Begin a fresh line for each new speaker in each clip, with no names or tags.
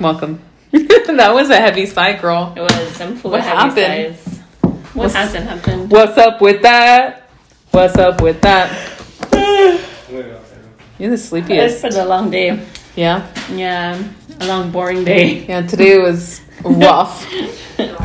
Welcome. that was a heavy cycle.
It was. I'm full
What
of heavy
happened?
sighs. What hasn't happened?
What's up with that? What's up with that? You're the
It's
sleepiest.
been a long day.
Yeah.
Yeah, a long, boring day.
Yeah, today was rougff.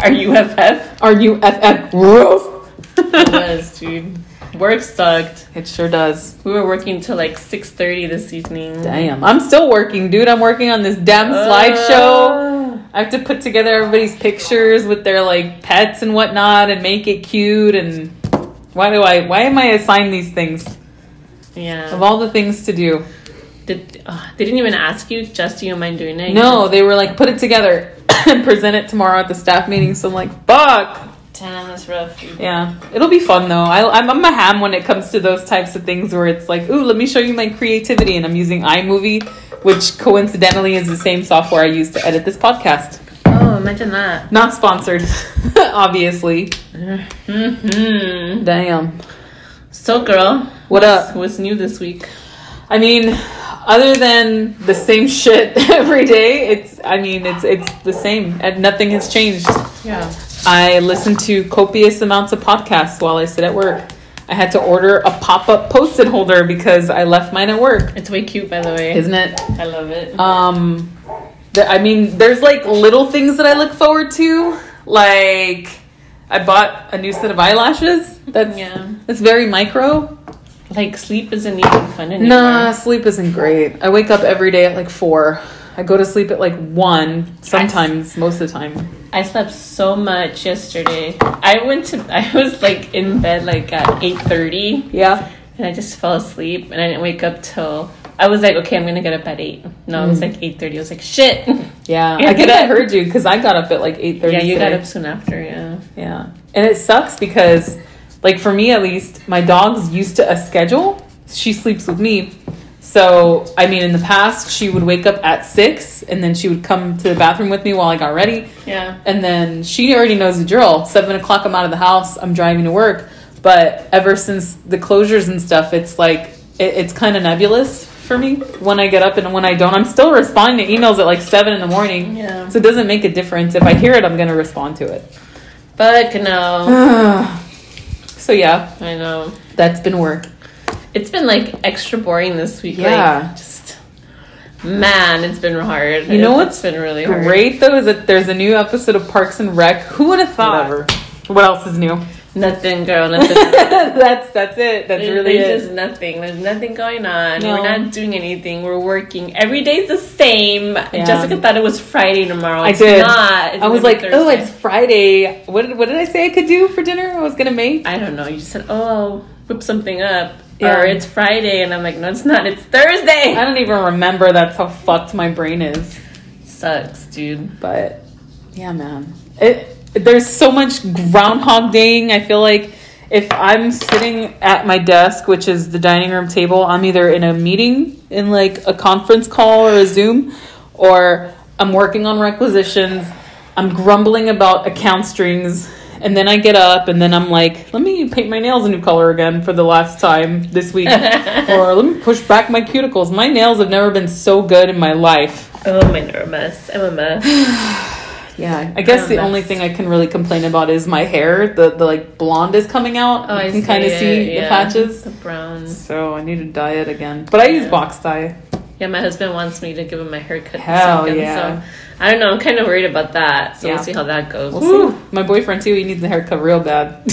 Are you FF?
Are you FF rough?
it was, dude. Work sucked.
It sure does.
We were working till like 6.30 this evening.
Damn. I'm still working, dude. I'm working on this damn slideshow. I have to put together everybody's pictures with their like pets and whatnot and make it cute and why do I why am I assigned these things? Of
Yeah.
all the things to do.
Did, uh, they didn't even ask you, just do you mind doing it? You
No, they were like, put it together and present it tomorrow at the staff meeting. So I'm like, fuck.
just- Damn, that's rough. dude.
Yeah, it'll be fun though. I, I'm, I'm a ham when it comes to those types of things where it's like, ooh, let me show you my creativity. And I'm using iMovie, which coincidentally is the same software I use to edit this podcast.
Oh, imagine that.
Not sponsored, obviously.
hmm
Damn.
So, girl.
What
what's-
up?
What's new this week?
I mean, other than the same shit every day, it's, I mean, it's, it's the same. And nothing has changed.
Yeah.
I listened to copious amounts of podcasts while I sit at work. I had to order a pop up post it holder because I left mine at work.
It's way cute, by the way.
Isn't it?
I love it.
Um, th- I mean, there's like little things that I look forward to. Like, I bought a new set of eyelashes. That's
Yeah.
that's very micro.
Like sleep isn't even fun anymore.
Nah, sleep isn't great. I wake up every day at like four. I go to sleep at like one. Sometimes, most of the time.
I slept so much yesterday. I went to I was like in bed like at eight thirty
Yeah.
and I just fell asleep and I didn't wake up till I was like, okay, I'm gonna get up at eight. No, it was
Mm.
like eight thirty. I was like, shit.
Yeah,
Yeah,
I think
get
I
up.
heard you because I got up at like eight thirty.
yeah, you got up soon after. Yeah.
Yeah. And it sucks because, like, for me at least, my dog's used to a schedule. She sleeps with me. So, I mean, in the past, she would wake up at six and then she would come to the bathroom with me while I got ready.
Yeah.
And then she already knows the drill. Seven o'clock, I'm out of the house, I'm driving to work. But ever since the closures and stuff, it's like, it, it's kind of nebulous for me when I get up and when I don't. I'm still responding to emails at like seven in the morning.
Yeah.
So it doesn't make a difference. If I hear it, I'm going to respond to it.
Fuck no.
so yeah,
I know.
that's been work.
It's been like extra boring this week.
Yeah.
Like, just man, it's been hard.
You know
It's been really hard.
Great though is that there's a new episode of Parks and Rec. Who would have thought?
Whatever.
What else is new?
Nothing, girl. Nothing.
that's that's it. That's
There-
really
there's
it.
just nothing. There's nothing going on.
No.
We're not doing anything. We're working. Every day's the same. Jessica thought it was Friday tomorrow.
I
It's
did.
Not. It's
I was
gonna
like,
be
oh,
Thursday."
it's Friday. What did, what did I say I could do for dinner? I was gonna make.
I don't know. You just said, oh, whip something up,
Yeah.
or it's Friday, and I'm like, no, it's not. It's Thursday.
I don't even remember. That's how fucked my brain is.
Sucks, dude.
But yeah, man, it there's so much groundhog daying. I feel like if I'm sitting at my desk, which is the dining room table, I'm either in a meeting, in like a conference call or a Zoom, or I'm working on requisitions. I'm grumbling about account strings. And then I get up and then I'm like, let me paint my nails a new color again for the last time this week. or let me push back my cuticles. My nails have never been so good in my life.
Oh, my nerve mess. I'm a mess.
Yeah, I guess
Um,
the only
that's-
thing I can really complain about is my hair. The the like blonde is coming out.
Oh,
you
I
can kind of
it,
see the
yeah.
patches.
the browns.
So I need to dye it again, but I use
Yeah.
box dye.
Yeah, my husband wants me to give him my haircut. this
Hell
weekend,
yeah.
So I don't know. I'm kind of worried about that. So
Yeah.
we'll see how that goes.
We'll see. My boyfriend too. He needs a haircut real bad.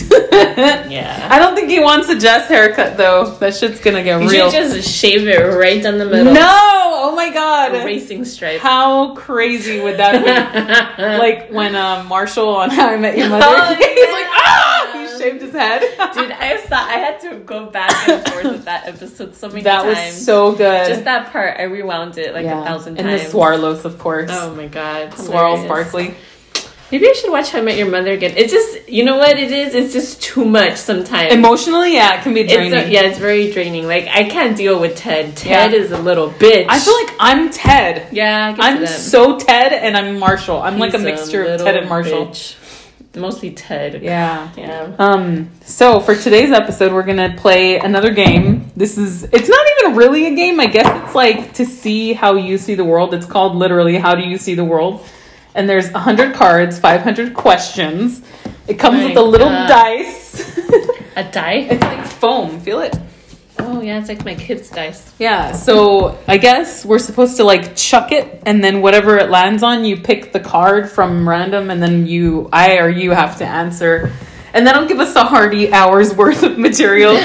Yeah.
I don't think he wants a Jess haircut though. That shit's gonna get
You
real.
should just shave it right down the middle.
no! Oh my
A
god!
racing stripe.
How crazy would that be?
like,
like when uh, Marshall on How I Met Your Mother,
Oh,
he's
yeah.
like, ah! He shaved his head.
dude, I saw. I had to go back and forth with that episode so many
that
times.
was so good.
Just that part, I rewound it like a thousand
and
times.
the Swarlos, of course.
Oh my god,
Swirl
hilarious.
Sparkly.
Maybe I should watch How I Met Your Mother again. It's just, you know what it is? It's just too much sometimes.
Emotionally, yeah, it can be
It's a-
draining.
yeah, it's very draining. Like, I can't deal with Ted. Ted
Yeah.
is a little bitch.
I feel like I'm Ted.
Yeah, I can see
I'm
that.
so Ted and I'm Marshall. I'm like a
He's
mixture of
little
Ted and Marshall.
bitch. Mostly Ted.
Yeah.
Yeah.
Um, so for today's episode, we're gonna play another game. This is it's not even really a game. I guess it's like to see how you see the world. It's called literally "How Do You See the World," and there's hundred cards, five hundred questions. It comes
My
with a little
God.
dice.
A die?
it's like foam. Feel it?
Oh, yeah, it's like my kid's dice.
Yeah. So I guess we're supposed to like chuck it, and then whatever it lands on, you pick the card from random, and then you, I or you, have to answer. And that'll give us a hearty hour's worth of material.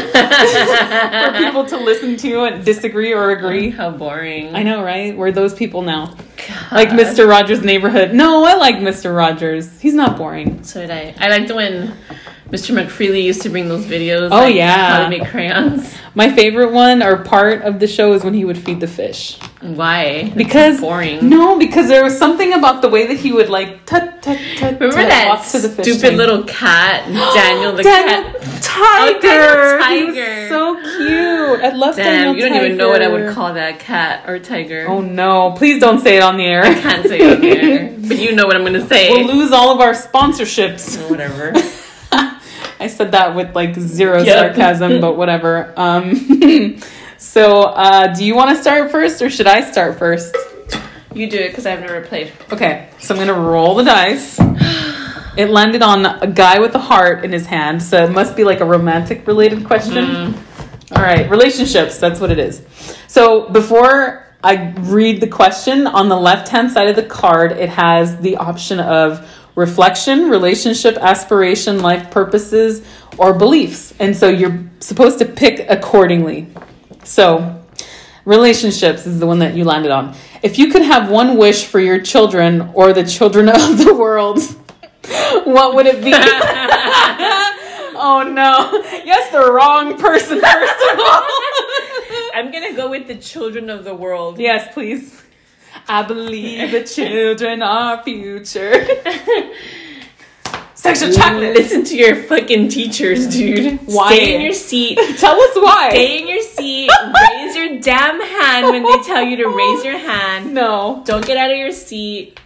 for people to listen to and disagree or agree.
How boring.
I know, right? We're those people now.
God.
Like Mr. Rogers' neighborhood. No, I like Mr. Rogers. He's not boring.
So did I. I liked when Mr. McFreely used to bring those videos.
Oh,
like,
yeah.
How to make crayons.
My favorite one or part of the show is when he would feed the fish.
Why? That's
Because
boring.
No, because there was something about the way that he would like tut tut tut.
Remember
tut,
that
walk to the fish
stupid
tank.
little cat, Daniel the
Daniel
cat.
Tiger.
Oh, Daniel
He was
Tiger.
so cute. I love Daniel
Damn, you don't even know what I would
Tiger.
call that cat or tiger.
Oh no! Please don't say it on the air.
I can't say it on there, but you know what I'm gonna say.
We'll lose all of our sponsorships.
Or Whatever.
I said that with like zero
Yep.
sarcasm, but whatever. Um, so, uh, do you want to start first, or should I start first?
You do it because I've never played.
Okay, so I'm gonna roll the dice. It landed on a guy with a heart in his hand, so it must be like a romantic related question. All right, relationships, that's what it is. So before I read the question, on the left hand side of the card, it has the option of reflection, relationship, aspiration, life purposes, or beliefs. And so you're supposed to pick accordingly. So, relationships is the one that you landed on. If you could have one wish for your children or the children of the world, what would it be? oh no. Yes, the wrong person, first of all.
I'm gonna go with the children of the world.
yes, please. I believe the children are future. Sexual chocolate.
Listen to your fucking teachers, dude.
Why?
Stay in your seat.
Tell us why.
Stay in your seat. raise your damn hand when they tell you to raise your hand.
No.
Don't get out of your seat.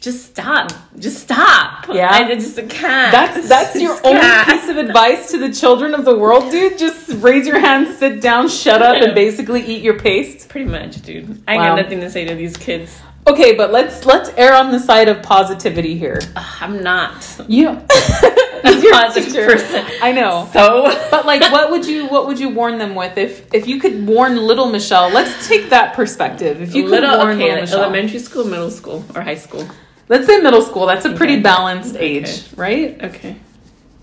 Just stop. Just stop.
Yeah.
I just can't.
That's that's your
Just
only
can't.
piece of advice to the children of the world, dude. Just raise your hand, sit down, shut up, and basically eat your paste.
Pretty much, dude. I
Wow.
got nothing to say to these kids.
Okay, but let's let's err on the side of positivity here.
Ugh, I'm not
You,
a
You're a
positive
teacher.
person.
I know.
So,
But like, what would you what would you warn them with if if you could warn little Michelle? Let's take that perspective. If you could
little
warn
okay,
little
like
Michelle,
elementary school, middle school, or high school.
let's say middle school. That's a pretty
Okay.
balanced
Okay.
age, right?
Okay.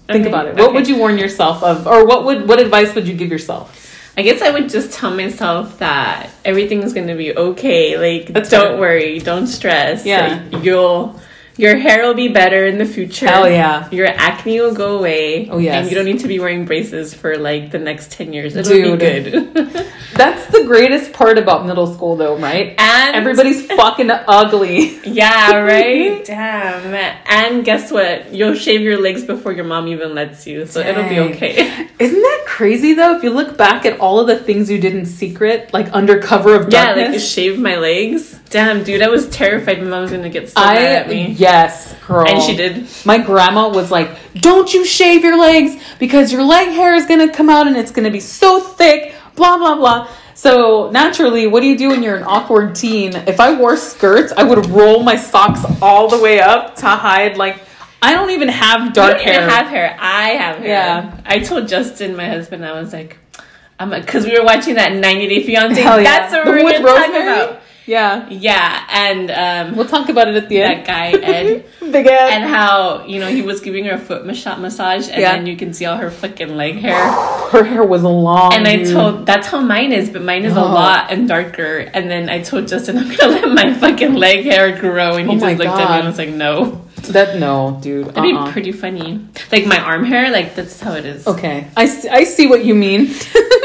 Think
Okay,
about it. What
okay.
would you warn yourself of, or what would what advice would you give yourself?
I guess I would just tell myself that everything's gonna be okay. Like,
That's
don't
good.
worry, don't stress.
Yeah.
Like, you'll your hair will be better in the future.
Hell yeah.
Your acne will go away.
Oh, yes.
And you don't need to be wearing braces for like the next ten years. It'll
Dude.
be good.
That's the greatest part about middle school, though, right?
and
Everybody's fucking ugly.
yeah, right. Damn. And guess what? You'll shave your legs before your mom even lets you, so it'll
Dang.
be okay.
Isn't that crazy though? If you look back at all of the things you did in secret, like under cover of
Yeah, like you
darkness.
shave my legs. Damn, dude, I was terrified my mom was gonna get so
I
mad at me.
yes, girl.
And she did.
My grandma was like, "Don't you shave your legs because your leg hair is gonna come out and it's gonna be so thick." Blah blah blah. So naturally, what do you do when you're an awkward teen? If I wore skirts, I would roll my socks all the way up to hide. Like I don't even have dark
You don't
hair.
even have hair. I have hair.
Yeah.
I told Justin, my husband, I was like, I'm because we were watching that 90 Day Fiance.
Hell yeah.
That's what
The
we were
with
gonna talk
Rosemary?
about.
Yeah,
Yeah, and um,
we'll talk about it at the
that
end.
guy Ed,
Big Ed.
and how you know he was giving her a foot massa- massage, and
Yeah.
then you can see all her fucking leg hair.
her hair was long.
And I
dude.
told that's how mine is, but mine is a
Mm-hmm. Oh.
lot and darker. And then I told Justin, I'm gonna let my fucking leg hair grow, and he
Oh my
just looked at me
God.
and was like, No.
That no, dude.
That'd be
uh-uh.
pretty funny. Like my arm hair, like that's how it is.
okay. I, s- I see what you mean.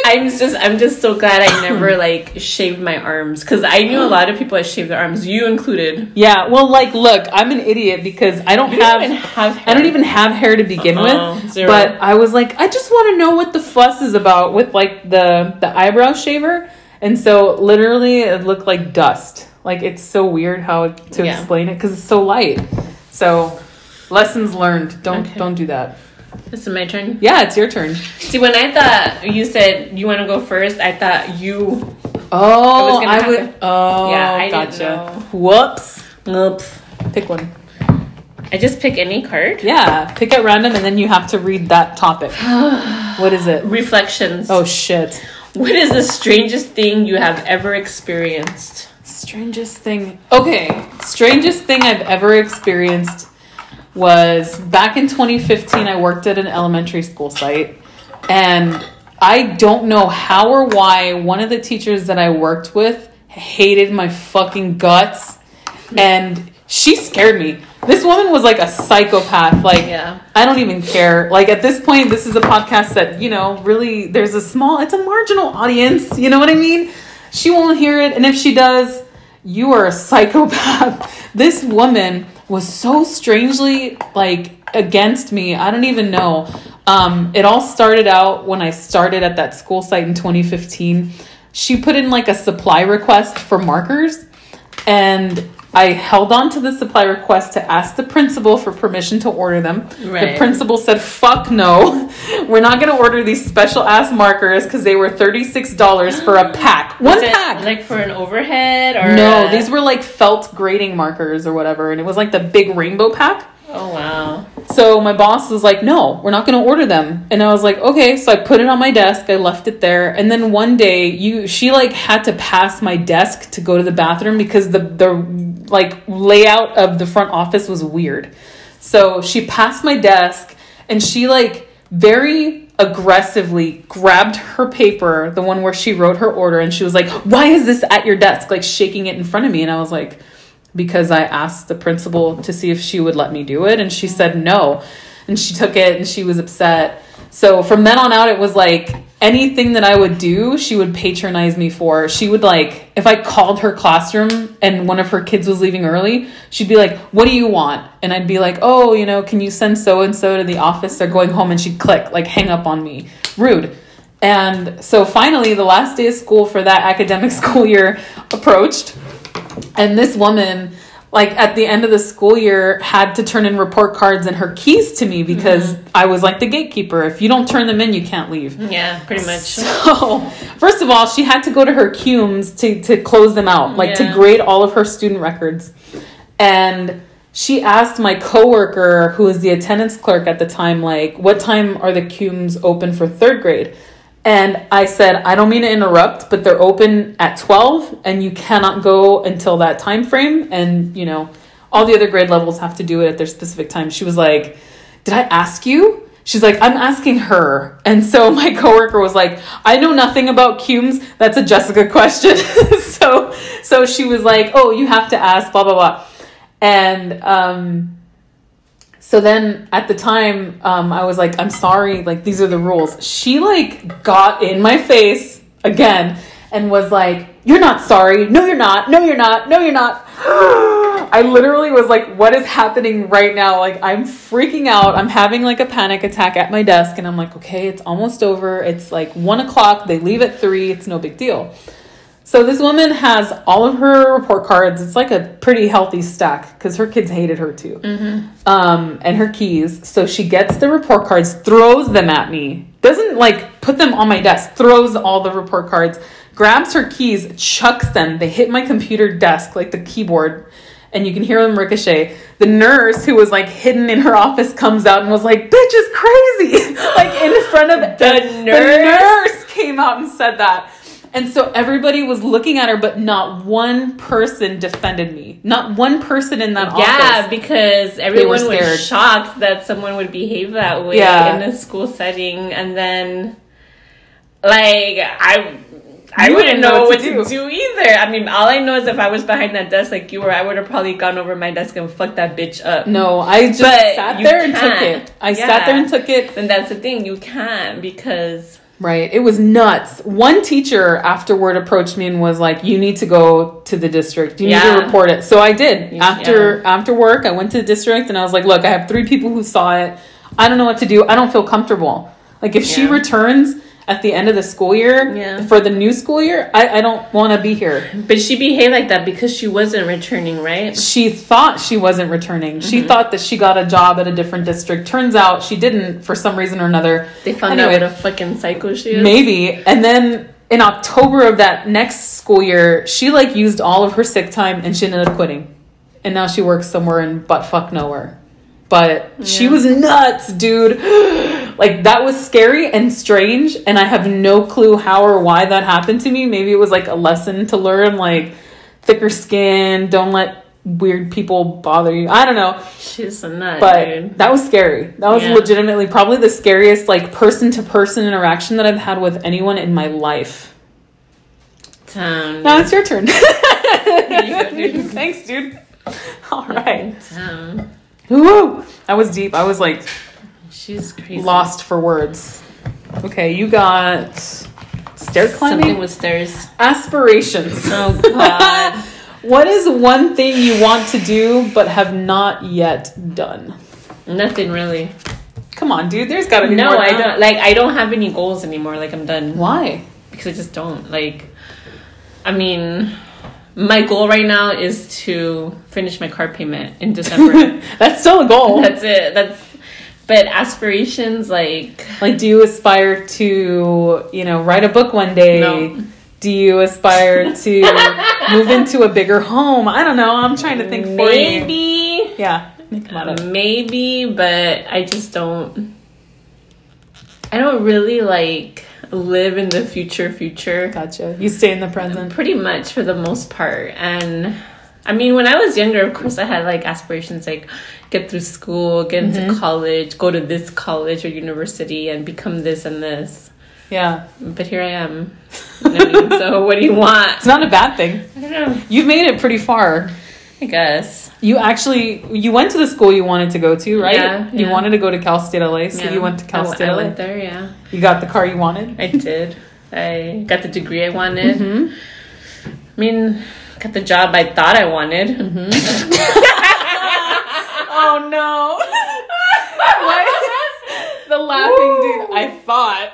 I'm just I'm just so glad I never like shaved my arms because I knew a lot of people that shaved their arms, you included.
yeah. Well, like, look, I'm an idiot because I don't
You
have.
don't even have hair.
I don't even have hair to begin
Uh-uh,
with,
zero.
but I was like, I just want to know what the fuss is about with like the the eyebrow shaver, and so literally it looked like dust. Like it's so weird how it, to
Yeah.
explain it because it's so light. So lessons learned. Don't
Okay.
don't do that.
This is my turn.
Yeah, it's your turn.
See, when I thought you said you want to go first, I thought you.
Oh,
gonna
I would.
happen.
Oh,
Yeah, I didn't
gotcha. Whoops.
Oops.
Pick one.
I just pick any card.
Yeah, pick at random, and then you have to read that topic. what is it?
Reflections.
Oh shit.
What is the strangest thing you have ever experienced?
Strangest thing. Okay, strangest thing I've ever experienced was back in 2015. I worked at an elementary school site, and I don't know how or why one of the teachers that I worked with hated my fucking guts, and she scared me. This woman was like a psychopath. Like,
Yeah.
I don't even care. Like at this point, this is a podcast that, you know, really there's a small, it's a marginal audience. You know what I mean? She won't hear it. And if she does, you are a psychopath. this woman was so strangely like against me. I don't even know. Um, it all started out when I started at that school site in 2015. She put in like a supply request for markers and I held on to the supply request to ask the principal for permission to order them. The
Right.
principal said, "Fuck no, we're not going to order these special ass markers because they were thirty six dollars for a pack, one
Was it,
pack."
Like for an overhead or
no,
a-
these were like felt grading markers or whatever, and it was like the big rainbow pack.
Oh wow.
So my boss was like, "No, we're not going to order them." And I was like, "Okay." So I put it on my desk. I left it there. And then one day, you she like had to pass my desk to go to the bathroom because the the like layout of the front office was weird. So she passed my desk and she like very aggressively grabbed her paper, the one where she wrote her order, and she was like, "Why is this at your desk?" like shaking it in front of me. And I was like, because I asked the principal to see if she would let me do it, and she said no. And she took it and she was upset. So from then on out, it was like anything that I would do, she would patronize me for. She would like, if I called her classroom and one of her kids was leaving early, she'd be like, What do you want? And I'd be like, Oh, you know, can you send so and so to the office? They're going home. And she'd click, like, hang up on me. Rude. And so finally, the last day of school for that academic school year approached. And this woman, like at the end of the school year, had to turn in report cards and her keys to me because I was like the gatekeeper. If you don't turn them in, you can't leave.
Yeah, pretty much.
So, first of all, she had to go to her cumes to, to close them out, like to
Yeah.
grade all of her student records. And she asked my coworker, who was the attendance clerk at the time, like, what time are the cumes open for third grade? And I said, I don't mean to interrupt, but they're open at 12 and you cannot go until that time frame. And, you know, all the other grade levels have to do it at their specific time. She was like, Did I ask you? She's like, I'm asking her. And so my coworker was like, I know nothing about cumes. That's a Jessica question. so so she was like, Oh, you have to ask, blah, blah, blah. And um so then at the time, um, I was like, I'm sorry, like these are the rules. She like got in my face again and was like, You're not sorry. No, you're not. No, you're not. No, you're not. I literally was like, What is happening right now? Like, I'm freaking out. I'm having like a panic attack at my desk. And I'm like, Okay, it's almost over. It's like one o'clock. They leave at three. It's no big deal. So this woman has all of her report cards. It's like a pretty healthy stack because her kids hated her too um, and her keys. So she gets the report cards, throws them at me, doesn't like put them on my desk, throws all the report cards, grabs her keys, chucks them. They hit my computer desk, like the keyboard, and you can hear them ricochet. The nurse who was like hidden in her office comes out and was like, Bitch is crazy! like in front of
The
the
nurse.
nurse came out and said that. And so everybody was looking at her, but not one person defended me. Not one person in that office.
Yeah, because everyone
scared.
was shocked that someone would behave that way
Yeah.
in a school setting, and then like I, I
You
wouldn't know what to, do. either. I mean, all I know is if I was behind that desk like you were, I would have probably gone over my desk and fucked that bitch up.
No, I just
But
sat
you
there and
can't.
took it. I
Yeah.
sat there and took it.
And that's the thing, you can't because
Right. It was nuts. One teacher afterward approached me and was like, "You need to go to the district. You need
Yeah.
to report it." So I did.
You-
after after work, I went to the district and I was like, "Look, I have three people who saw it. I don't know what to do. I don't feel comfortable. Like if she
Yeah.
returns at the end of the school year
Yeah.
for the new school year, I, I don't want to be here."
but she behaved like that because she wasn't returning, right?
she thought she wasn't returning.
Mm-hmm.
She thought that she got a job at a different district. Turns out she didn't for some reason or another.
They found out
Anyway.
what a fucking psycho she is.
Maybe. And then in October of that next school year, she like used all of her sick time and she ended up quitting. And now she works somewhere in butt fuck nowhere. But she was nuts, dude. like that was scary and strange and I have no clue how or why that happened to me. Maybe it was like a lesson to learn like thicker skin, don't let weird people bother you. I don't know.
She's a nut,
But
dude.
that was scary. That was
Yeah.
legitimately probably the scariest like person to person interaction that I've had with anyone in my life.
Damn,
Now it's your turn.
go, dude.
Thanks, dude. All right.
damn.
Woo! That was deep. I was like
She's crazy.
lost for words. Okay, you got stair climbing
Something with stairs.
aspirations.
Oh god.
what is one thing you want to do but have not yet done?
Nothing really.
Come on, dude. There's got to be
No,
more
I
than that.
don't like I don't have any goals anymore. Like I'm done.
Why?
because I just don't like. I mean, my goal right now is to finish my car payment in December.
That's still a goal.
That's it. That's but aspirations like
Like, do you aspire to, you know, write a book one day?
No.
Do you aspire to move into a bigger home? I don't know. I'm trying to think for you.
maybe
Yeah. Think about it.
maybe, but I just don't. I don't really like live in the future. Future.
Gotcha. You stay in the present.
pretty much for the most part and i mean when i was younger of course i had like aspirations like get through school get into
Mm-hmm.
college go to this college or university and become this and this
Yeah.
but here i am I mean, so what do you want
It's not a bad thing.
i don't know
You've made it pretty far.
i guess
You actually you went to the school you wanted to go to, right?
Yeah,
You
yeah.
wanted to go to Cal State LA, so
Yeah.
you went to
I
Cal
w-
State
I
LA.
went there yeah
You got the car you wanted.
i did i got the degree i wanted
Mhm.
i mean got the job i thought i wanted
Mm-hmm. Oh no. What? the laughing
Woo.
dude. I thought.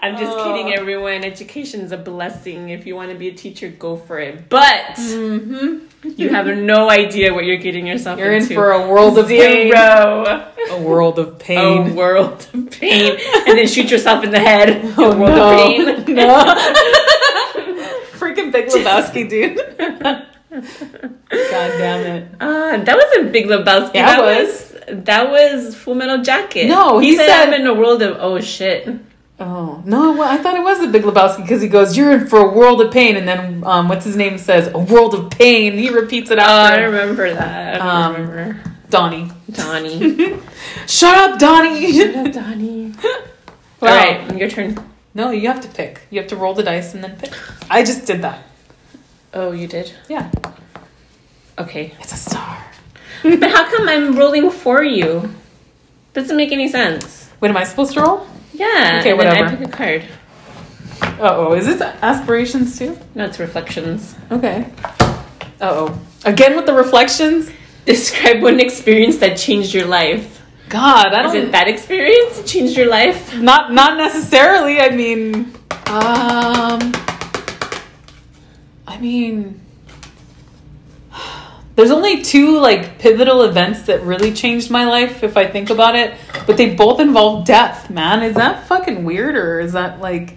I'm just
Oh.
kidding, everyone. Education's a blessing. If you want to be a teacher, go for it. But you have no idea what you're getting yourself
Mm-hmm. You're in
into.
for a world of pain.
zero.
A world of pain.
A world of pain, and then shoot yourself in the head.
Oh,
a world of
no.
pain.
No. Freaking Big Lebowski, dude. God damn it.
Uh, that wasn't Big Lebowski.
Yeah,
that
it was.
was that was Full Metal Jacket.
No,
he,
he
said,
said-
I'm in a world of oh shit.
Oh, no, well, I thought it was the Big Lebowski because he goes, You're in for a world of pain. And then, um, what's his name says, A world of pain. He repeats it
Oh, I
after
remember that. I
Um,
don't remember
Donnie.
Donnie.
Shut up, Donnie.
Donnie.
Wow.
All right, your turn.
No, you have to pick. You have to roll the dice and then pick. I just did that.
Oh, you did.
Yeah.
Okay.
It's a star.
But how come I'm rolling for you? Doesn't make any sense.
What am I supposed to roll?
Yeah.
Okay,
and then I
whatever.
pick a card.
Uh oh. Is this aspirations too?
No, it's reflections.
Okay. Uh oh. Again with the reflections?
Describe one experience that changed your life.
God, I
Is
don't.
it that experience that changed your life?
not not necessarily. I mean, um, I mean, there's only two like pivotal events that really changed my life if I think about it, but they both involve death. Man, is that fucking weird or is that like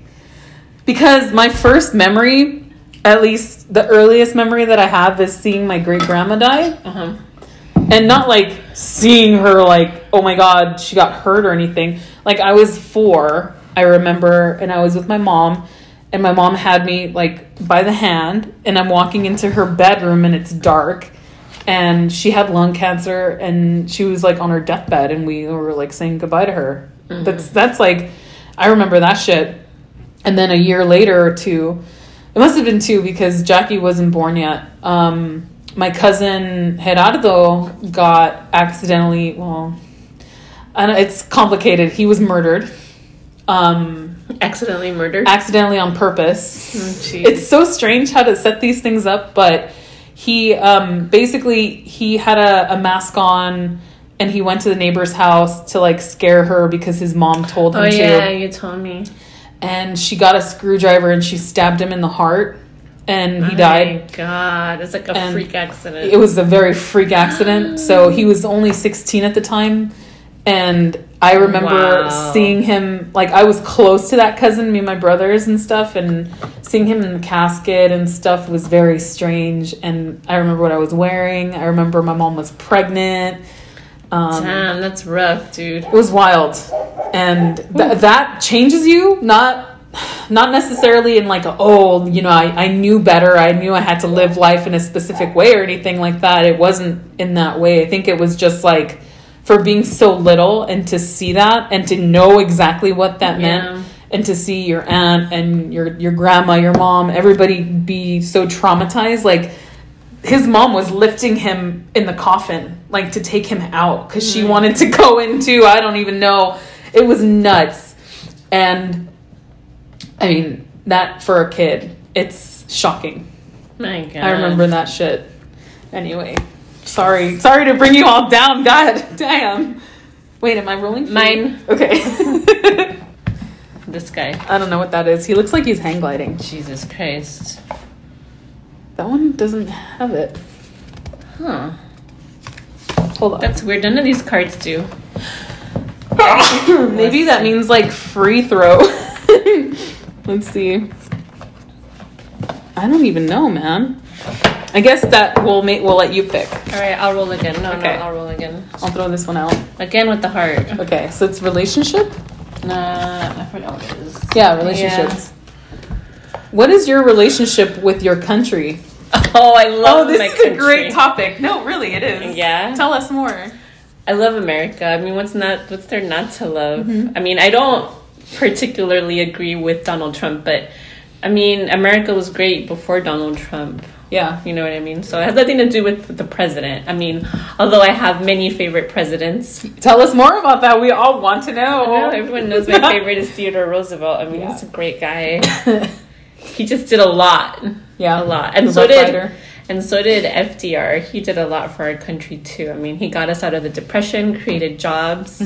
because my first memory, at least the earliest memory that I have, is seeing my great grandma die
Uh-huh.
and not like seeing her like oh my god she got hurt or anything like i was four i remember and i was with my mom and my mom had me like by the hand and i'm walking into her bedroom and it's dark and she had lung cancer and she was like on her deathbed and we were like saying goodbye to her that's that's like i remember that shit And then a year later or two, it must have been two because Jackie wasn't born yet. Um, my cousin Gerardo got accidentally, well, I don't, it's complicated. He was murdered. Um,
Accidentally murdered. Oh,
accidentally on purpose.
jeez.
it's so strange how to set these things up, but he um, basically he had a, a mask on and he went to the neighbor's house to like scare her because his mom told him
oh
to
yeah, you told me.
and she got a screwdriver and she stabbed him in the heart and he
Oh
died.
My God, it's like a
And
freak accident.
It was a very freak accident. So he was only 16 at the time and I remember
Wow.
seeing him like I was close to that cousin me and my brothers and stuff and seeing him in the casket and stuff was very strange and I remember what I was wearing. I remember my mom was pregnant. Um,
Damn, that's rough, dude.
it was wild and th- that changes you not not necessarily in like a, oh you know I, I knew better i knew i had to live life in a specific way or anything like that it wasn't in that way i think it was just like for being so little and to see that and to know exactly what that
Yeah.
meant and to see your aunt and your your grandma your mom everybody be so traumatized like his mom was lifting him in the coffin, like to take him out because
Mm.
she wanted to go into I don't even know. It was nuts, and I mean that for a kid, it's shocking.
My God,
I remember that shit. Anyway, sorry, sorry to bring you all down. God damn. Wait, am I rolling? for you?
Mine.
Okay.
this guy.
I don't know what that is. He looks like he's hang gliding.
Jesus Christ.
That one doesn't have it.
Huh.
Hold on.
That's weird. None of these cards do.
Maybe that means like free throw. Let's see. I don't even know, man. I guess that will make will let you pick.
All right, I'll roll again. No,
Okay.
no, I'll roll again.
I'll throw this one out.
Again with the heart.
Okay, so it's relationship?
Uh, I forgot what it is.
Yeah, relationships. What is your relationship with your country?
Oh, I love my country.
topic. No, really, it is.
Yeah.
Tell us more.
I love America. I mean, what's not what's there not to love?
Mm-hmm.
I mean, I don't particularly agree with Donald Trump, but I mean, America was great before Donald Trump.
Yeah.
You know what I mean? So it has nothing to do with the president. I mean, although I have many favorite presidents,
Tell us more about that. We all want to
Well,
know.
everyone knows my favorite is Theodore Roosevelt. I mean,
Yeah.
he's a great guy. he just did a lot,
yeah.
a lot, and
The
so
Rough
did
Rider.
and so did FDR. He did a lot for our country too. I mean, he got us out of the depression, created jobs,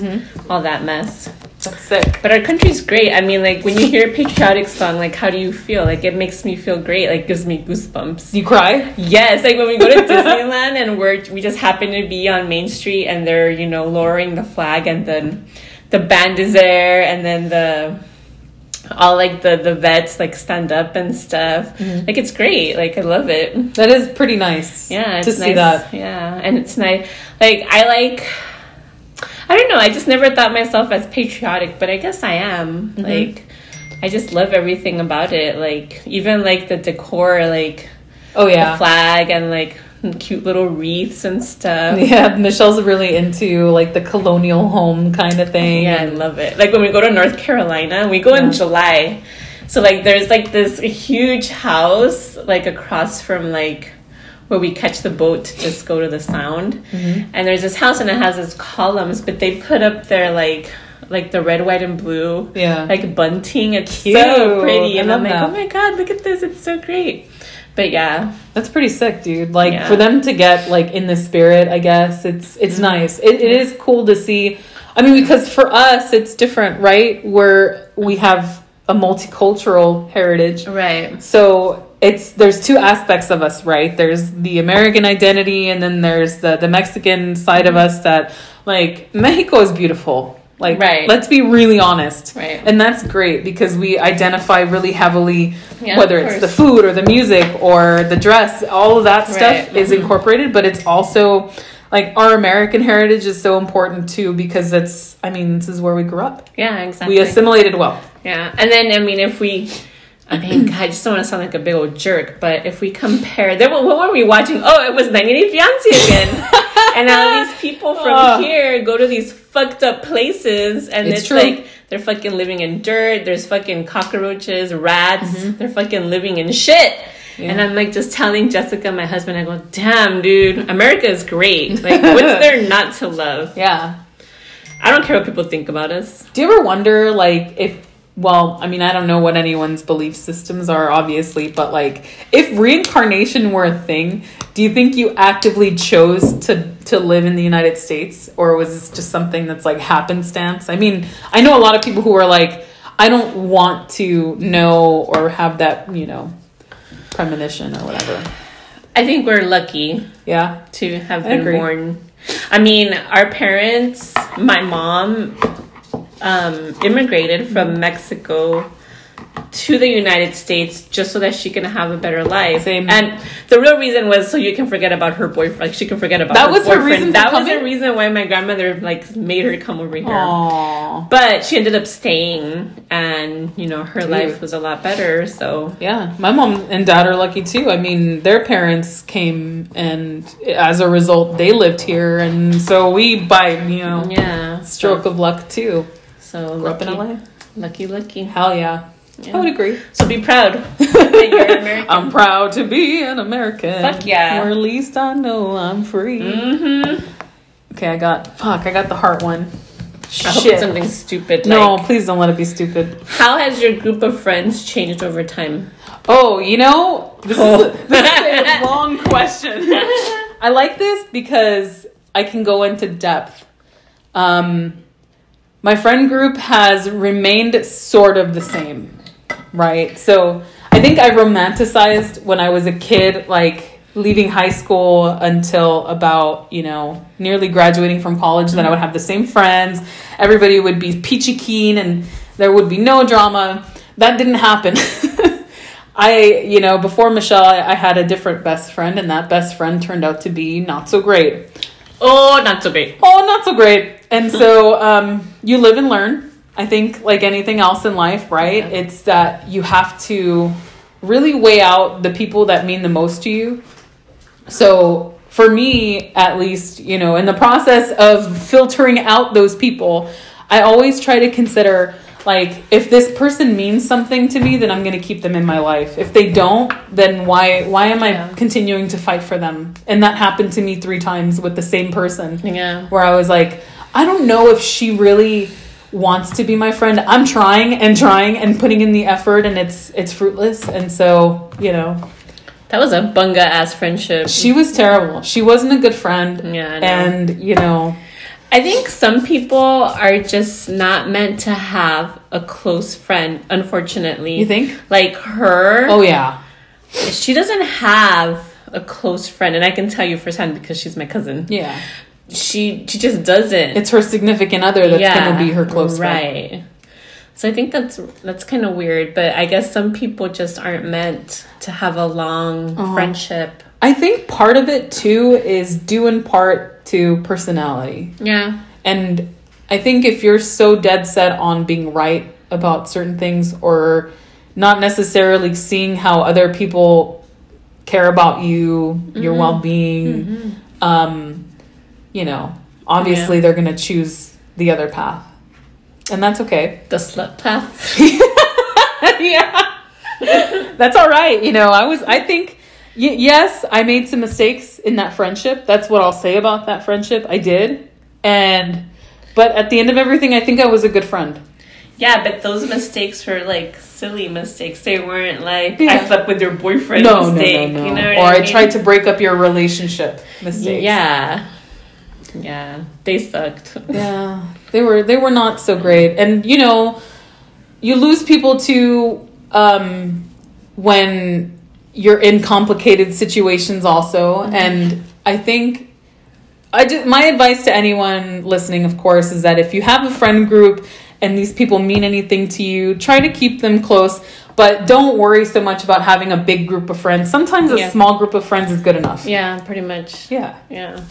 all that mess.
That's sick.
But our country's great. I mean, like when you hear a patriotic song, like how do you feel? Like it makes me feel great. Like gives me goosebumps.
Do you cry?
Yes, like when we go to Disneyland and we're we just happen to be on Main Street and they're you know lowering the flag and then the band is there and then the all like the the vets like stand up and stuff. Like it's great. Like I love it.
That is pretty nice.
Yeah, it's
To
nice.
see that.
Yeah, and it's nice. Like I like. I don't know. I just never thought myself as patriotic, but I guess I am.
Mm-hmm.
Like, I just love everything about it. Like, even like the decor, like
Oh
the
yeah.
flag and like cute little wreaths and stuff. Yeah.
Yeah, Michelle's really into like the colonial home kind of thing.
I love it. Like when we go to North Carolina, we go
Yeah.
in July. So like there's like this huge house like across from like where we catch the boat to just go to the sound.
Mm-hmm.
And there's this house and it has these columns, but they put up their like like the red, white and blue
Yeah.
like bunting. It's
Cute.
so pretty.
I
And
love
I'm like,
that.
oh my god, look at this, it's so great. But yeah,
That's pretty sick, dude. Like
Yeah. Mm-hmm.
for them to get like in the spirit, I guess it's it's nice. It, it is cool to see. I mean, because for us, it's different, right? Where we have a multicultural heritage,
right.
so it's there's two aspects of us right there's the american identity and then there's the the mexican side
Mm-hmm.
of us that like mexico is beautiful like
Right.
let's be really honest
Right.
and that's great because we identify really heavily
Yeah,
whether
of
it's
course.
the food or the music or the dress all of that stuff
Right. mm-hmm.
is incorporated but it's also like our american heritage is so important too because it's i mean this is where we grew up
Yeah, exactly.
we assimilated well
Yeah, and then I mean, if we, I mean, God, I just don't want to sound like a big old jerk, but if we compare, then what, what were we watching? Oh, it was 90 Day Fiance again, and now these people from
Ugh.
here go to these fucked up places, and
It's
it's,
true.
like They're fucking living in dirt. There's fucking cockroaches, rats. They're fucking living in shit. And I'm like just telling Jessica, my husband, I go, damn, dude, America is great. Like, what's there not to love?
Yeah.
I don't care what people think about us.
Do you ever wonder, like, if, well, I mean, I don't know what anyone's belief systems are, obviously, but like, if reincarnation were a thing, do you think you actively chose to, to live in the United States? Or was this just something that's like happenstance? I mean, I know a lot of people who are like, I don't want to know or have that, you know, premonition or whatever.
I think we're lucky
Yeah.
to have
I
been
agree.
born. I mean, our parents, my mom, um, immigrated from Mexico to the United States just so that she can have a better life.
Same.
And the real reason was so you can forget about her boyfriend. Like she can forget about
That
her
was her
boyfriend.
reason for
that was
coming?
the reason why my grandmother like made her come over here.
Aww.
But she ended up staying, and you know her life was a lot better. So
Yeah, my mom and dad are lucky too. I mean, their parents came, and as a result, they lived here, and so we, by you know,
yeah,
stroke of luck too,
So
grew up in
lucky,
LA.
lucky, lucky.
Hell yeah, I would agree.
So be proud that you're American.
I'm proud to be an American.
Fuck yeah.
Or at least I know I'm free.
Mm-hmm.
Okay, I got fuck. I got the heart one.
I hope
Shit.
it's something stupid.
no,
Like,
please don't let it be stupid.
how has your group of friends changed over time?
Oh, you know, this,
Oh.
is, a, this is a long question. I like this because I can go into depth. Um, my friend group has remained sort of the same, right? So I think I romanticized when I was a kid, like leaving high school until about, you know, nearly graduating from college, that I would have the same friends. Everybody would be peachy keen and there would be no drama. That didn't happen. I, you know, before Michelle, I, I had a different best friend, and that best friend turned out to be not so great.
Oh, not so great.
Oh, not so great. And so um, you live and learn. I think, like anything else in life, right?
Yeah.
It's that you have to really weigh out the people that mean the most to you. So, for me, at least, you know, in the process of filtering out those people, I always try to consider like, if this person means something to me, then I'm going to keep them in my life. If they don't, then why why am I
Yeah.
continuing to fight for them? And that happened to me 3 times with the same person
Yeah.
where I was like, I don't know if she really wants to be my friend. I'm trying and trying and putting in the effort and it's it's fruitless. And so, you know,
That was a bunga ass friendship.
she was terrible. She wasn't a good friend.
yeah, I know.
And, you know,
I think some people are just not meant to have a close friend, unfortunately.
you think?
Like her,
Oh yeah.
she doesn't have a close friend, and I can tell you firsthand because she's my cousin.
Yeah.
She she just doesn't.
It's her significant other that's going to be her close friend.
right. So I think that's that's kind of weird, but I guess some people just aren't meant to have a long
Uh-huh.
friendship.
I think part of it too is due in part to personality.
Yeah.
And I think if you're so dead set on being right about certain things or not necessarily seeing how other people care about you, your well being, um, you know, obviously they're going to choose the other path. And that's okay.
The slut path.
yeah. That's all right. You know, I was, I think, y- yes, I made some mistakes in that friendship. That's what I'll say about that friendship. I did. And, but at the end of everything, I think I was a good friend.
Yeah, but those mistakes were like silly mistakes. They weren't like
Yeah.
I slept with your boyfriend
No, no, no,
mistake.
no.
You know
or
what
I,
mean?
tried to break up your relationship mistakes.
Yeah. Yeah. They sucked.
Yeah. They were, they were not so great. And, you know, you lose people to, um, when you're in complicated situations also.
Mm-hmm.
And I think I just, my advice to anyone listening, of course, is that if you have a friend group and these people mean anything to you, try to keep them close, but don't worry so much about having a big group of friends. Sometimes a
Yeah.
small group of friends is good enough.
Yeah, pretty much.
Yeah.
Yeah.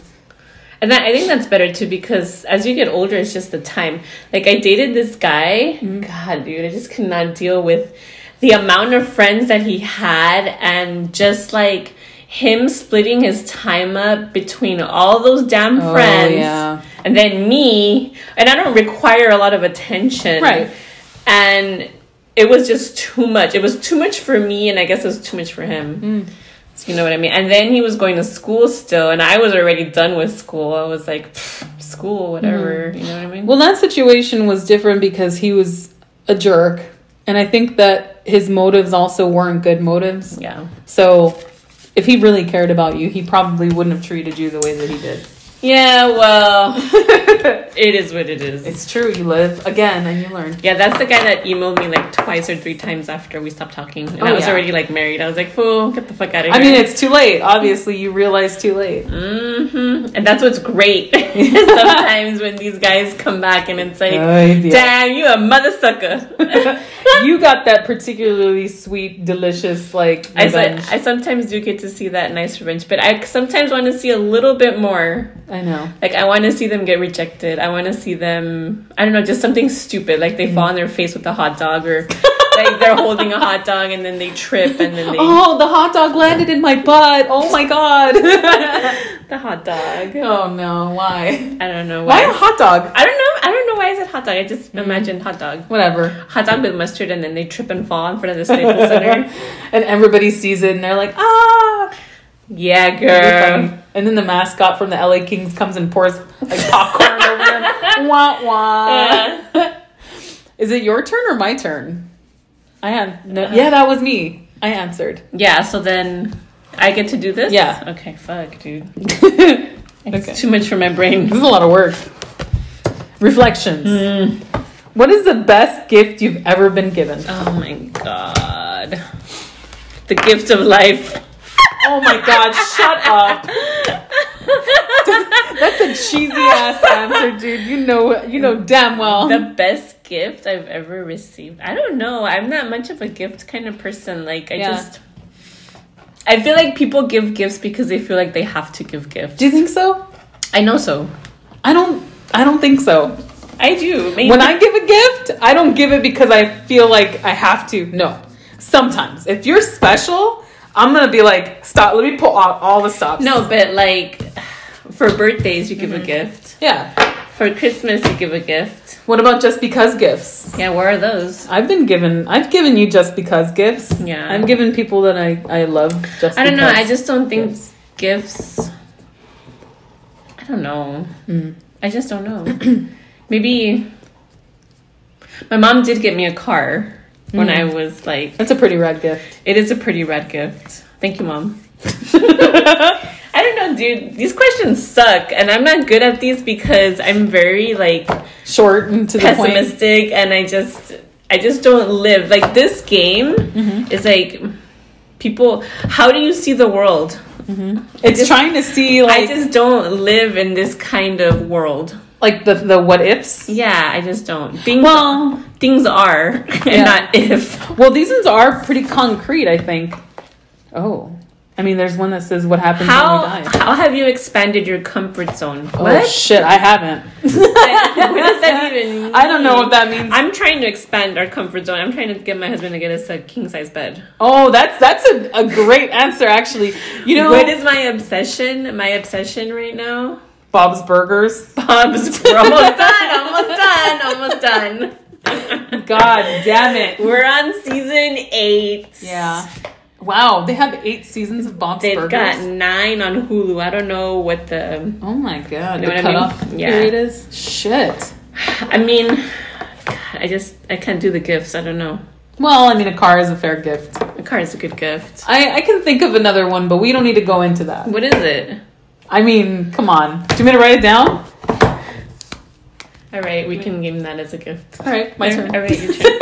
And that, I think that's better too because as you get older, it's just the time. Like I dated this guy.
Mm-hmm.
God, dude, I just could not deal with the amount of friends that he had and just like him splitting his time up between all those damn
Oh,
friends.
yeah.
and then me, and I don't require a lot of attention.
Right.
And it was just too much. It was too much for me, and I guess it was too much for him.
Mm.
So you know what I mean? And then he was going to school still, and I was already done with school. I was like, "Pfft, school, whatever. You know what I mean?
Mm-hmm. Well, that situation was different because he was a jerk, and I think that his motives also weren't good motives.
yeah.
So, if he really cared about you, he probably wouldn't have treated you the way that he did.
Yeah, well, it is what it is.
It's true. You live again and you learn.
yeah, that's the guy that emailed me like twice or three times after we stopped talking. And
Oh,
I was
yeah.
already like married. I was like, fool, get the fuck out of
I
here.
mean, it's too late. Obviously, you realize too late.
hmm And that's what's great. Sometimes when these guys come back and it's like,
Ay, Dios.
damn, you a mother sucker.
you got that particularly sweet, delicious like
I, said,
revenge.
I sometimes do get to see that nice revenge, but I sometimes want to see a little bit more.
I know.
Like I want to see them get rejected. I want to see them. I don't know, just something stupid. Like they fall on their face with a hot dog, or like they're holding a hot dog and then they trip and then they
Oh, the hot dog landed in my butt. Oh my god.
the hot dog.
oh no, why?
I don't know
Why Mm.
why.
a hot dog?
I don't know. I don't know why is it hot dog. I just imagined hot dog.
Whatever.
Hot dog with mustard, and then they trip and fall in front of the Staples Center.
And everybody sees it and they're like, ah.
Yeah,
Really
girl.
funny. And then the mascot from the LA Kings comes and pours like popcorn over them. Wah
Uh,
wah. Is it your turn or my turn? I am. No, yeah, that was me. I answered.
Yeah. So then I get to do this.
Yeah.
Okay. Fuck, dude.
okay.
It's
This
too much for my brain.
is a lot of work. Reflections. What is the best gift you've ever been given?
Oh my god. The gift of life.
Oh my god, shut up. That's a cheesy ass answer, dude. You know you know damn well.
The best gift I've ever received. I don't know. I'm not much of a gift kind of person. Like I
Yeah.
just I feel like people give gifts because they feel like they have to give gifts.
Do you think so?
I know so.
I don't I don't think so.
I do. Maybe.
When I give a gift, I don't give it because I feel like I have to. No. Sometimes. If you're special, I'm gonna be like, stop, let me pull out all the stops.
No, but like for birthdays you give a gift.
Yeah.
For Christmas you give a gift.
What about just because gifts?
Yeah, where are those?
I've been given. I've given you just because gifts.
Yeah.
I've given people that I I love just.
I don't know.
because.
I just don't think
Gifts.
gifts. I don't know. I just don't know. Maybe my mom did get me a car when I was like.
That's a pretty rad gift.
It is a pretty red gift. Thank you, mom. I don't know, dude. These questions suck, and I'm not good at these because I'm very like
Short and to the point.
pessimistic, and I just I just don't live like this game is like people. How do you see the world?
It's trying to see
I
like
just don't live in this kind of world.
like the the what ifs.
Yeah, I just don't. Things,
Well-
things are, and
Yeah. Oh
not if.
Well, these ones are pretty concrete, I think. Oh, I mean, there's one that says what happens
How
when we die.
how have you expanded your comfort zone?
Oh shit, I haven't.
Like, what does that even mean?
I don't know what that means.
I'm trying to expand our comfort zone. I'm trying to get my husband to get us a king size bed.
Oh, that's that's a, a great answer actually. You know
what is my obsession? My obsession right now?
Bob's Burgers.
Bob's. We're almost done. Almost done. Almost done.
God damn it.
We're on season eight.
Yeah. Wow, they have eight seasons of Bob's
They've
Burgers.
got nine on Hulu. I don't know what the.
oh my god,
You know
the
what I mean?
cutoff
Yeah.
period is shit.
I mean, God, I just I can't do the gifts. I don't know.
Well, I mean, a car is a fair gift.
A car is a good gift.
I, I can think of another one, but we don't need to go into that.
What is it?
I mean, come on. Do you want me to write it down?
All right, we can give him that as a gift.
All right, my turn.
All right, your turn.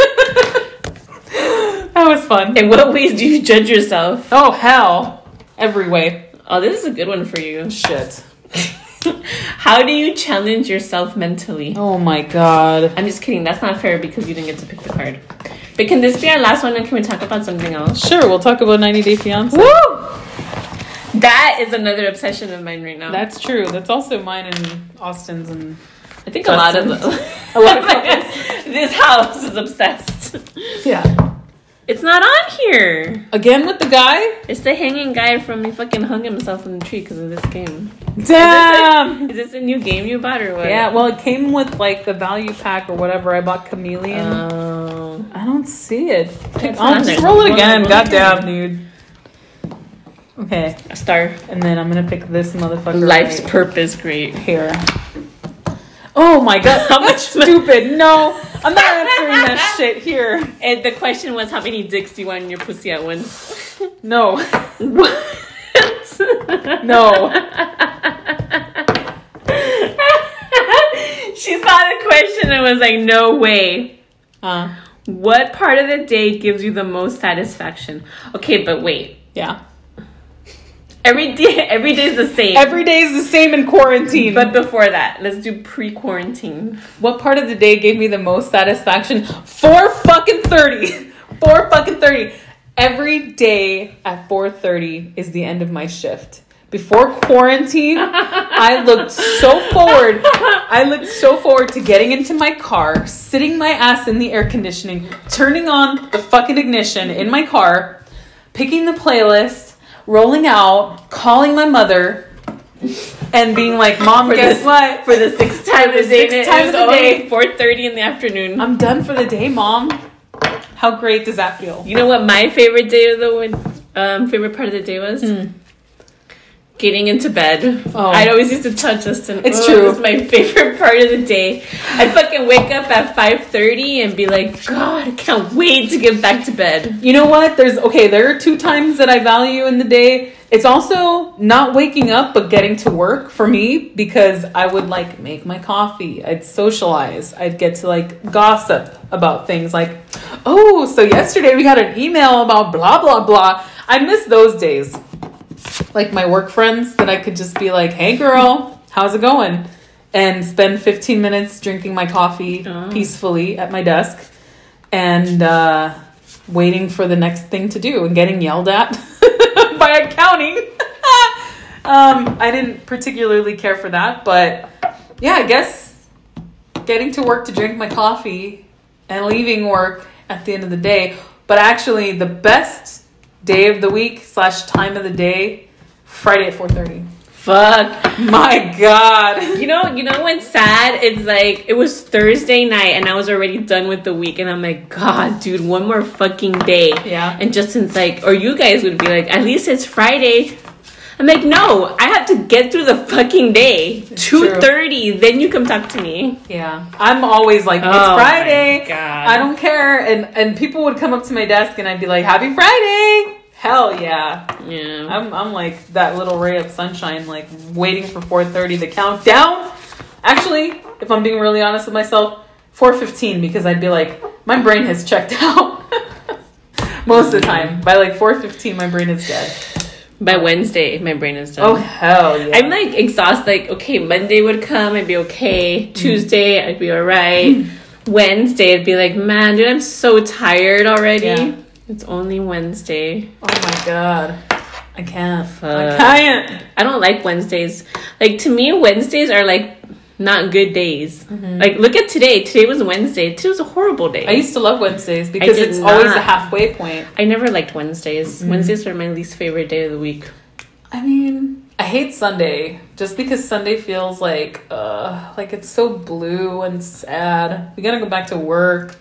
That was fun.
In what ways do you judge yourself?
Oh hell, every way.
Oh, this is a good one for you.
Shit.
How do you challenge yourself mentally?
Oh my god.
I'm just kidding. That's not fair because you didn't get to pick the card. But can this be our last one? And can we talk about something else?
Sure, we'll talk about 90 Day Fiance.
Woo! That is another obsession of mine right now.
That's true. That's also mine and Austin's and
I think a lot of
a lot of
this house is obsessed.
yeah.
It's not on here.
Again with the guy.
It's the hanging guy from he fucking hung himself in the tree because of this game.
Damn.
Is this a new game you bought or what?
Yeah, well, it came with like the value pack or whatever. I bought Chameleon.
Oh.
I don't see it.
It's
I'll
not
just
there.
roll it
Roll it,
again.
roll it
Goddamn, dude. Okay,
A star.
and then I'm gonna pick this motherfucker.
Life's
right
purpose, great.
here. Oh my god, how much stupid? No, I'm not answering that shit here.
And the question was, how many dicks do you want in your pussy at once?
No,
What?
no.
she saw the question and was like, no way.
Uh,
What part of the day gives you the most satisfaction? Okay, but wait.
yeah.
Every day, every day is the same.
Every day is the same in quarantine.
but before that, let's do pre-quarantine.
What part of the day gave me the most satisfaction? Four fucking thirty. Four fucking thirty. Every day at four thirty is the end of my shift. Before quarantine, I looked so forward. I looked so forward to getting into my car, sitting my ass in the air conditioning, turning on the fucking ignition in my car, picking the playlist, rolling out, calling my mother, and being like, "Mom,
For
guess
this-
what?
For the sixth time of the day,
Sixth time of the day.
four thirty in the afternoon.
I'm done for the day, mom. How great does that feel?
You know what my favorite day of the win- um, favorite part of the day was? Getting into bed.
Hmm. Oh.
I'd always used to tell Justin.
It's
"Oh,
true.
This is my favorite part of the day. I fucking wake up at five thirty and be like, God, I can't wait to get back to bed.
You know what? There's okay, there are two times that I value in the day. It's also not waking up but getting to work for me because I would like make my coffee. I'd socialize. I'd get to like gossip about things like, "Oh, so yesterday we got an email about blah blah blah." I miss those days. Like my work friends that I could just be like, "Hey girl, how's it going?" and spend 15 minutes drinking my coffee
Oh.
peacefully at my desk and uh waiting for the next thing to do and getting yelled at by accounting. um, I didn't particularly care for that, but yeah, I guess getting to work to drink my coffee and leaving work at the end of the day. But actually, the best day of the week slash time of the day, Friday at four thirty.
Fuck.
My God.
You know, you know what's sad? It's like it was Thursday night and I was already done with the week and I'm like, God, dude, one more fucking day.
Yeah.
And Justin's like, or you guys would be like, at least it's Friday. I'm like, no, I have to get through the fucking day.
true.
Two thirty, then you come talk to me.
Yeah, I'm always like, it's
Oh my
Friday.
God.
I don't care. And and people would come up to my desk and I'd be like, Happy Friday. Hell yeah.
Yeah.
I'm I'm like that little ray of sunshine, like waiting for 4:30 the countdown. Actually, if I'm being really honest with myself, 4:15 because I'd be like, my brain has checked out. Most of the time, by like 4:15, my brain is dead.
By Wednesday, my brain is done.
Oh hell yeah!
I'm like exhausted. Like, okay, Monday would come, I'd be okay.
Mm-hmm.
Tuesday, I'd be all right. Wednesday, I'd be like, man, dude, I'm so tired already.
Yeah.
It's only Wednesday.
oh my god, I can't. I
Fuck.
can't.
I don't like Wednesdays. Like to me, Wednesdays are like not good days. Like look at today. Today was Wednesday. Today was a horrible day.
Mm-hmm. I
I,
used to love Wednesdays because
did
it's always
not.
the halfway point.
never liked
Mm-hmm.
Wednesdays. Wednesdays were my least favorite day of the week.
I mean, I hate Sunday just because Sunday feels like, uh, like it's so blue and sad. We gotta go back to work.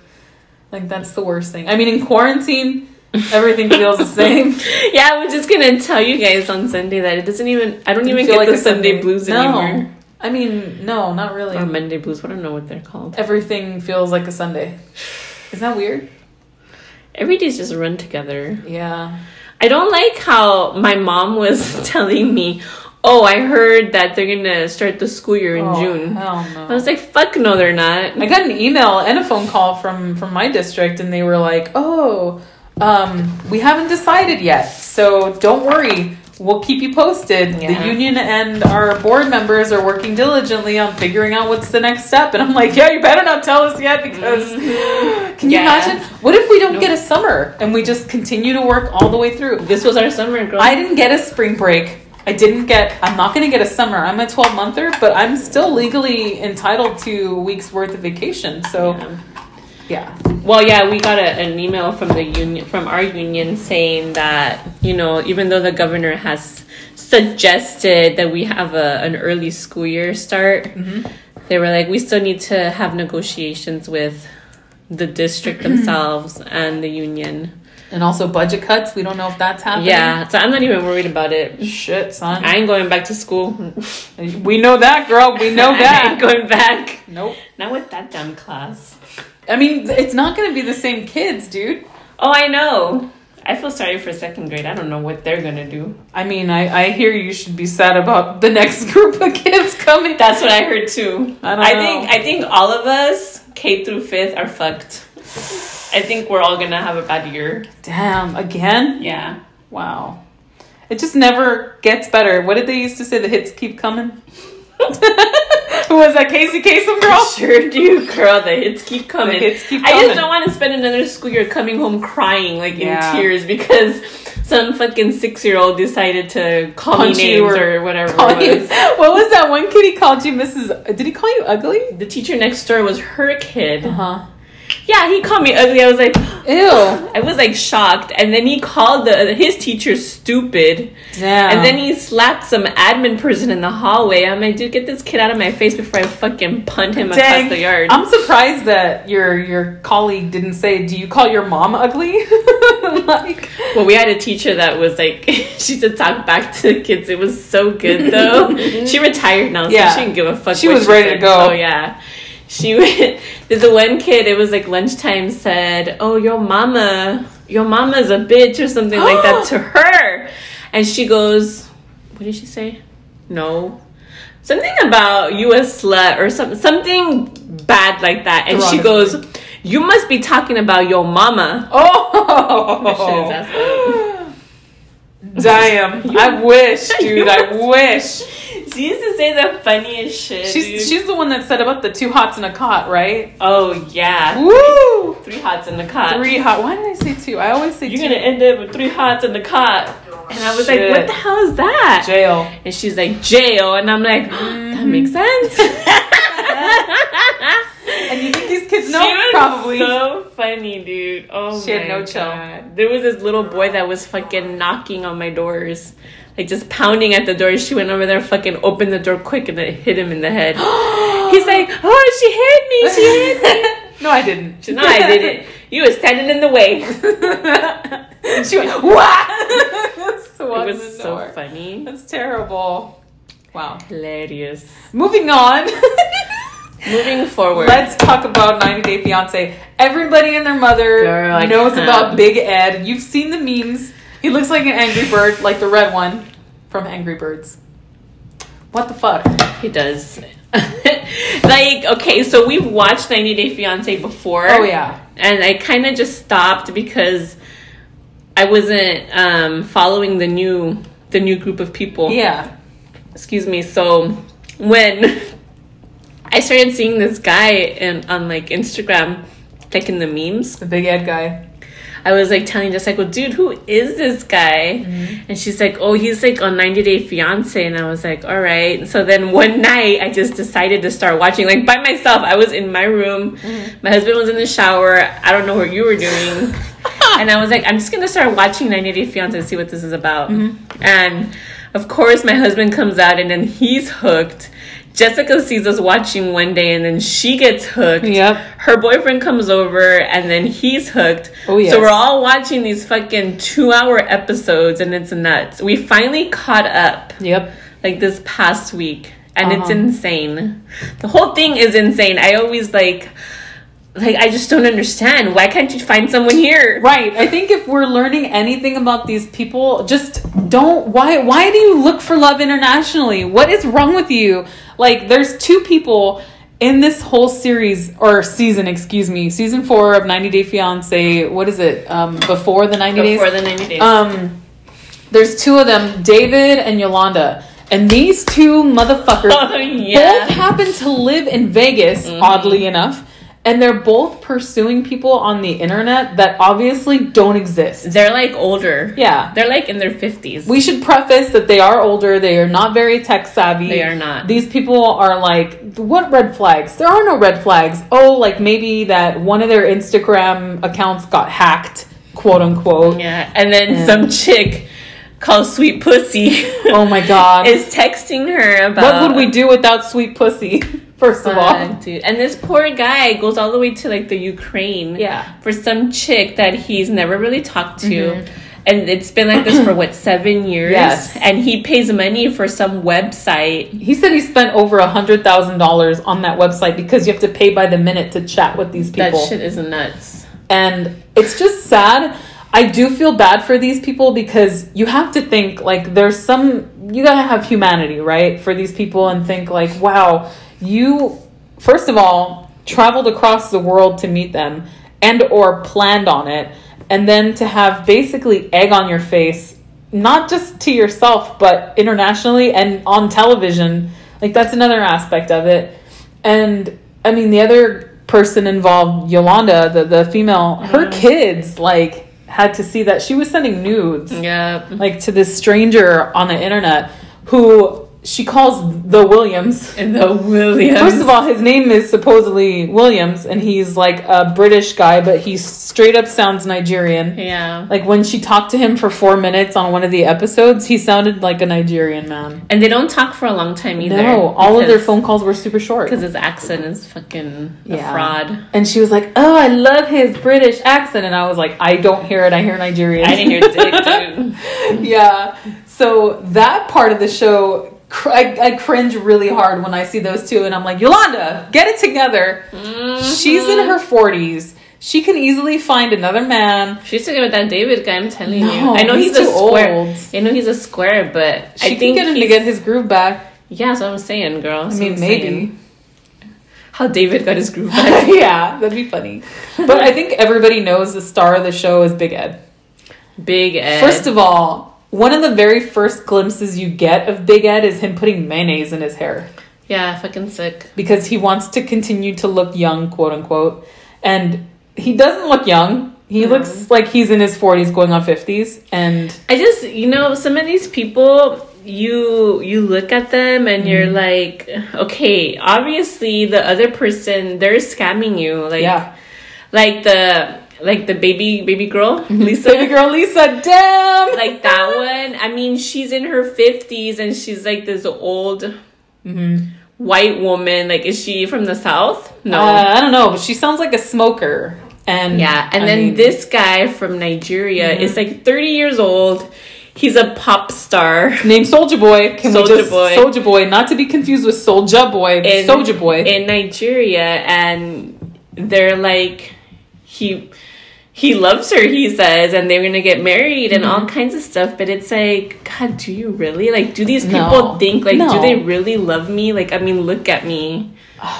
Like that's the worst thing. I mean, in quarantine, everything feels the same.
Yeah, I was just gonna tell you guys on Sunday that it doesn't even. I don't even
Feel
get the
a
Sunday, blues
no.
anymore.
I mean, no, not really.
Or Monday blues. I don't know what they're called.
everything feels like a Sunday. Is that weird?
Every day's just run together.
Yeah.
I don't like how my mom was telling me, "Oh, I heard that they're gonna start the school year in
Oh,
June."
Hell
I
no.
was like, "Fuck no, they're not."
I got an email and a phone call from from my district, and they were like, "Oh, um, we haven't decided yet, so don't worry." We'll keep you posted.
Yeah.
The union and our board members are working diligently on figuring out what's the next step. And I'm like, yeah, you better not tell us yet because can you
Mm-hmm. Yeah.
imagine? What if we don't
Nope.
get a summer and we just continue to work all the way through?
This was our summer, girl.
I didn't get a spring break. I didn't get. I'm not going to get a summer. I'm a 12 monther, but I'm still legally entitled to a weeks worth of vacation. So
Yeah.
yeah.
Well, yeah, we got a, an email from the union, from our union, saying that you know, even though the governor has suggested that we have a, an early school year start,
Mm-hmm.
they were like, we still need to have negotiations with the district themselves and the union.
And also budget cuts. We don't know if that's happening.
Yeah, so I'm not even worried about it.
Shit, son.
I ain't going back to school.
we know that, girl. We know
I ain't
that.
going back.
nope.
Not with that dumb class.
I mean, th- it's not going to be the same kids, dude.
Oh, I know. I feel sorry for second grade. I don't know what they're gonna do.
I mean, I, I hear you should be sad about the next group of kids coming.
That's what I heard too.
I don't
I
know.
think I think all of us K through fifth are fucked. I think we're all gonna have a bad year.
Damn, again?
Yeah.
Wow. It just never gets better. What did they used to say? The hits keep coming? Who was that? Casey Kasem, girl?
Sure do, girl. The hits keep coming.
The hits keep
I
coming.
just don't want to spend another school year coming home crying like
Yeah.
in tears because some fucking six year old decided to call
Punch
me
you
names
or
or, whatever.
Call
it
you-
was.
What was that one kid he called you Mrs. Did he call you ugly?
The teacher next door was her kid.
Uh-huh.
Yeah, he called me ugly. I was like,
Ew.
I was like shocked, and then he called the, his teacher stupid,
Damn.
and then he slapped some admin person in the hallway. I'm like, dude, get this kid out of my face before I fucking punt him
Dang.
across the yard.
I'm surprised that your your colleague didn't say, "Do you call your mom ugly?" like,
well, we had a teacher that was like, she used to talk back to the kids. It was so good though. she retired now, so
Yeah.
she didn't give a fuck.
She
what
was ready to
said.
go.
Oh yeah. She went, there's the one kid, it was like lunchtime, said, Oh, your mama, your mama's a bitch or something like that to her. And she goes, What did she say? No. Something about you a slut or some, something bad like that. And she goes, You must be talking about your mama. That shit
oh, damn! I wish, dude. I wish.
She used to say the funniest shit. dude.
She's she's the one that said about the two hots and a cot, right?
oh yeah.
Woo!
Three hots in the cot.
Three hot. Why did I say two? I always say
You're
2
gonna end up with three hots in the cot. And I was like,
Shit.
What the hell is that?
jail.
and she's like, Jail. And I'm like, That
Mm-hmm.
makes sense.
And you think these kids
She
know?
was
Probably.
so funny, dude. Oh
She had
my
no chill.
God. There was this little boy that was fucking knocking on my doors, like just pounding at the door. She went over there, fucking opened the door quick, and it hit him in the head. He's like, "Oh, she hit me! She hit me!"
no, I didn't.
She's, no, I didn't. You were standing in the way. It
she went, what? Swung
was
the
so
door.
funny,
That's terrible. Wow.
hilarious.
Moving on.
Moving forward,
Let's talk about 90 Day Fiance. Everybody and their mother
Girl, I
knows
can't.
about Big Ed. You've seen the memes. He looks like an Angry Bird, like the red one from Angry Birds. What the fuck?
he does. like, okay, so we've watched 90 Day Fiance before.
Oh yeah.
and I kind of just stopped because I wasn't um, following the new the new group of people.
Yeah.
Excuse me. So when I started seeing this guy in, on like Instagram, like in the memes,
The Big Ed guy.
I was like telling Jessica, well, "Dude, who is this guy?" And she's like, "Oh, he's like on 90 Day Fiance." And I was like, "All right." So then one night, I just decided to start watching like by myself. I was in my room. My husband was in the shower. I don't know what you were doing and I was like, I'm just gonna start watching 90 Day Fiance and see what this is about. And of course, my husband comes out and then he's hooked. Jessica sees us watching one day and then she gets hooked.
Yep.
Her boyfriend comes over and then he's hooked.
Oh, yes.
So we're all watching these fucking two hour episodes and it's nuts. We finally caught up
Yep.
like this past week and it's
Uh-huh.
insane the whole thing is insane i always like like i just don't understand why can't you find someone here
Right. I think if we're learning anything about these people, just don't why why do you look for love internationally? What is wrong with you? Like there's two people in this whole series or season, excuse me, season 4 of 90 Day Fiancé, what is it? Um before the 90 days.
before the 90 days
um there's two of them, David and Yolanda. And these two motherfuckers
Oh, yeah. Mm-hmm.
both happen to live in Vegas, oddly enough. And they're both pursuing people on the internet that obviously don't exist.
they're like older
Yeah.
they're like in their 50s
We should preface that they are older. They are not very tech savvy.
They are not.
These people are like, what red flags? There are no red flags. Oh, like maybe that one of their Instagram accounts got hacked, quote unquote.
yeah and then some chick called Sweet Pussy
Oh my god.
is texting her about
what would we do without sweet pussy? First of all.
Fuck, dude. And this poor guy goes all the way to like the Ukraine
Yeah.
for some chick that he's never really talked to. And it's been like this for what, seven years?
Mm-hmm. Yes.
And he pays money for some website.
He said he spent over a hundred thousand dollars on that website because you have to pay by the minute to chat with these people.
That shit is nuts.
and it's just sad. I do feel bad for these people because you have to think like there's some you gotta have humanity, right? For these people and think like, wow, you first of all traveled across the world to meet them and or planned on it, and then to have basically egg on your face, not just to yourself but internationally and on television. Like that's another aspect of it. And I mean, the other person involved, Yolanda, the, the female, her kids like had to see that she was sending nudes
Yeah.
like to this stranger on the internet who she calls the Williams.
And the Williams.
First of all, his name is supposedly Williams, and he's like a British guy, but he straight up sounds Nigerian.
Yeah.
Like when she talked to him for four minutes on one of the episodes, he sounded like a Nigerian man.
And they don't talk for a long time either.
No, all of their
because-
phone calls were super short.
Because his accent is fucking
Yeah.
a fraud.
And she was like, "Oh, I love his British accent," and I was like, "I don't hear it. I hear Nigerian."
I didn't hear dick, dude.
yeah. So that part of the show, cr- I, I cringe really hard when I see those two, and I'm like, Yolanda, get it together.
Mm-hmm.
She's in her 40s. She can easily find another man.
She's talking about that David guy. I'm telling
No,
you. I know
he's
he's, a
too
square.
old.
I know he's a square, but
She
I
can
think
get him to
he's-
get his groove back.
Yeah, that's what I'm saying, girl. That's
I
what
mean,
I'm
maybe.
saying. how David got his groove back.
yeah, that'd be funny. But I think everybody knows the star of the show is Big Ed.
Big Ed.
First of all, one of the very first glimpses you get of Big Ed is him putting mayonnaise in his hair
yeah, fucking sick.
because he wants to continue to look young, quote unquote. And he doesn't look young. He
No.
looks like he's in his 40s going on 50s and
I just, you know, some of these people, you you look at them and you're like,
Mm-hmm.
okay, obviously the other person they're scamming you, like,
yeah.
like the like the baby baby girl Lisa.
Mm-hmm. Baby girl Lisa, damn.
like that one. I mean, she's in her fifties and she's like this old
Mm-hmm.
white woman. Like, is she from the south? No.
Uh, I don't know, but she sounds like a smoker. And
yeah, and
I
then
mean, Mm-hmm.
this guy from Nigeria is like thirty years old. He's a pop star.
named Soldier Boy. Can we
Soulja
just
Boy.
Soldier Boy, not to be confused with Soldier Boy,
in-
Soldier Boy.
in Nigeria, and they're like he he loves her. He says, and they're gonna get married and
Mm-hmm.
all kinds of stuff. But it's like, God, do you really like? Do these
No.
people think like?
No.
Do they really love me? Like, I mean, look at me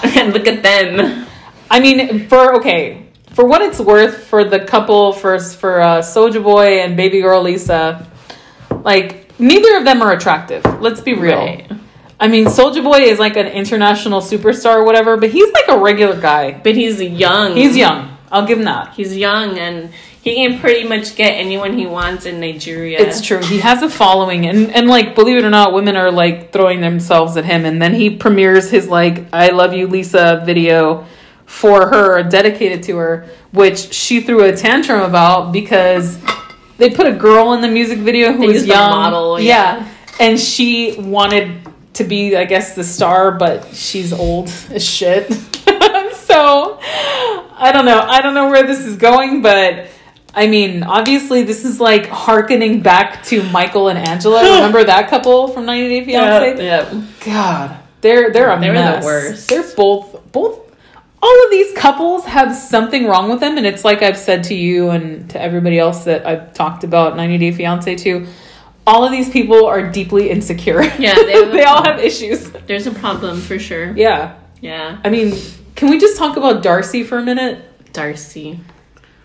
and look at them.
I mean, for okay, for what it's worth, for the couple, for for uh, Soulja Boy and Baby Girl Lisa, like neither of them are attractive. Let's be real.
Right.
I mean, Soulja Boy is like an international superstar, or whatever, but he's like a regular guy.
But he's young.
He's young. I'll give him that.
He's young, and he can pretty much get anyone he wants in Nigeria.
It's true. He has a following, and and like believe it or not, women are like throwing themselves at him, and then he premieres his like "I love you, Lisa" video for her, dedicated to her, which she threw a tantrum about because they put a girl in the music video who
They
was
used the
young,
model,
yeah.
yeah.
and she wanted to be, I guess, the star, but she's old as shit. so I don't know. I don't know where this is going, but. I mean, obviously, this is like harkening back to Michael and Angela. Remember that couple from 90 Day Fiance?
Yep, yep.
God, they're they're a
They were the
mess.
worst.
They're both both. All of these couples have something wrong with them, and it's like I've said to you and to everybody else that I've talked about 90 Day Fiance too. All of these people are deeply insecure.
Yeah, they have a
they all
problem.
have issues.
There's a problem for sure.
Yeah,
Yeah,
I mean, can we just talk about Darcy for a minute?
Darcy.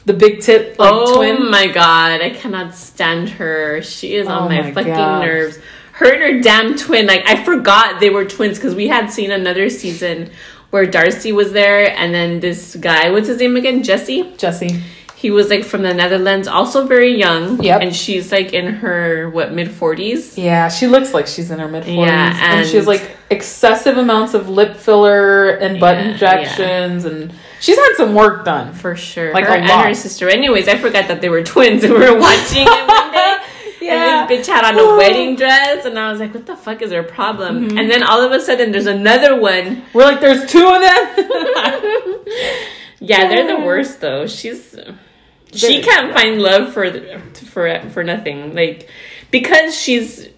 The big tip, like
oh
twin.
my god, I cannot stand her. She is
Oh
on my,
my
fucking
gosh.
nerves. Her and her damn twin. Like I forgot they were twins because we had seen another season where Darcy was there, and then this guy, what's his name again? Jesse.
Jesse.
He was like from the Netherlands, also very young.
Yep.
And she's like in her what mid forties.
Yeah, she looks like she's in her mid 40s.
Yeah,
and, she has
and-
like excessive amounts of lip filler and butt
Yeah, yeah.
injections and she's had some work done.
For sure.
Like
her
a
and
lot.
her sister. Anyways, I forgot that they were twins and we were watching it one day.
Yeah.
that bitch had on a wedding dress, and I was like, what the fuck is her problem?
Mm-hmm.
And then all of a sudden, there's another one.
We're like, there's two of them.
Yeah, they're the worst though. She's she
They're-
can't find love for the- for for nothing. Like because she's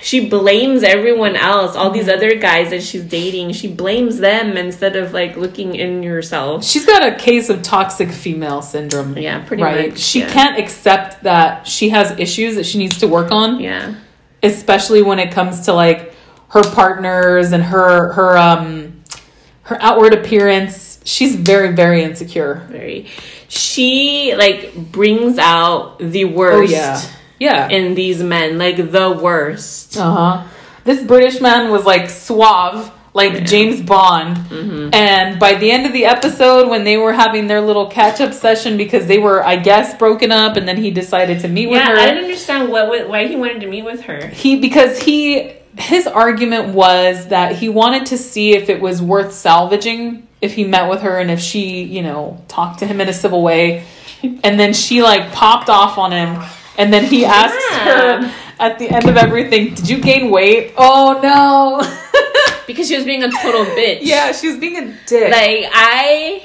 she blames everyone else, all
Mm-hmm.
these other guys that she's dating. She blames them instead of like looking in yourself.
She's got a case of toxic female syndrome.
Yeah, pretty
right.
much.
She
yeah.
can't accept that she has issues that she needs to work on.
Yeah.
especially when it comes to like her partners and her her um her outward appearance she's very very insecure
Very. She like brings out the worst
yeah
in these men, like the worst.
uh-huh this british man was like suave like james bond
Mm-hmm.
and by the end of the episode when they were having their little catch-up session because they were i guess broken up and then he decided to meet with
Yeah,
her
I don't understand what, what why he wanted to meet with her.
he because he his argument was that he wanted to see if it was worth salvaging if he met with her and if she you know talked to him in a civil way and then she like popped off on him and then he asks
Yeah.
her at the end of everything did you gain weight oh no
Because she was being a total bitch.
yeah she was being a dick
like i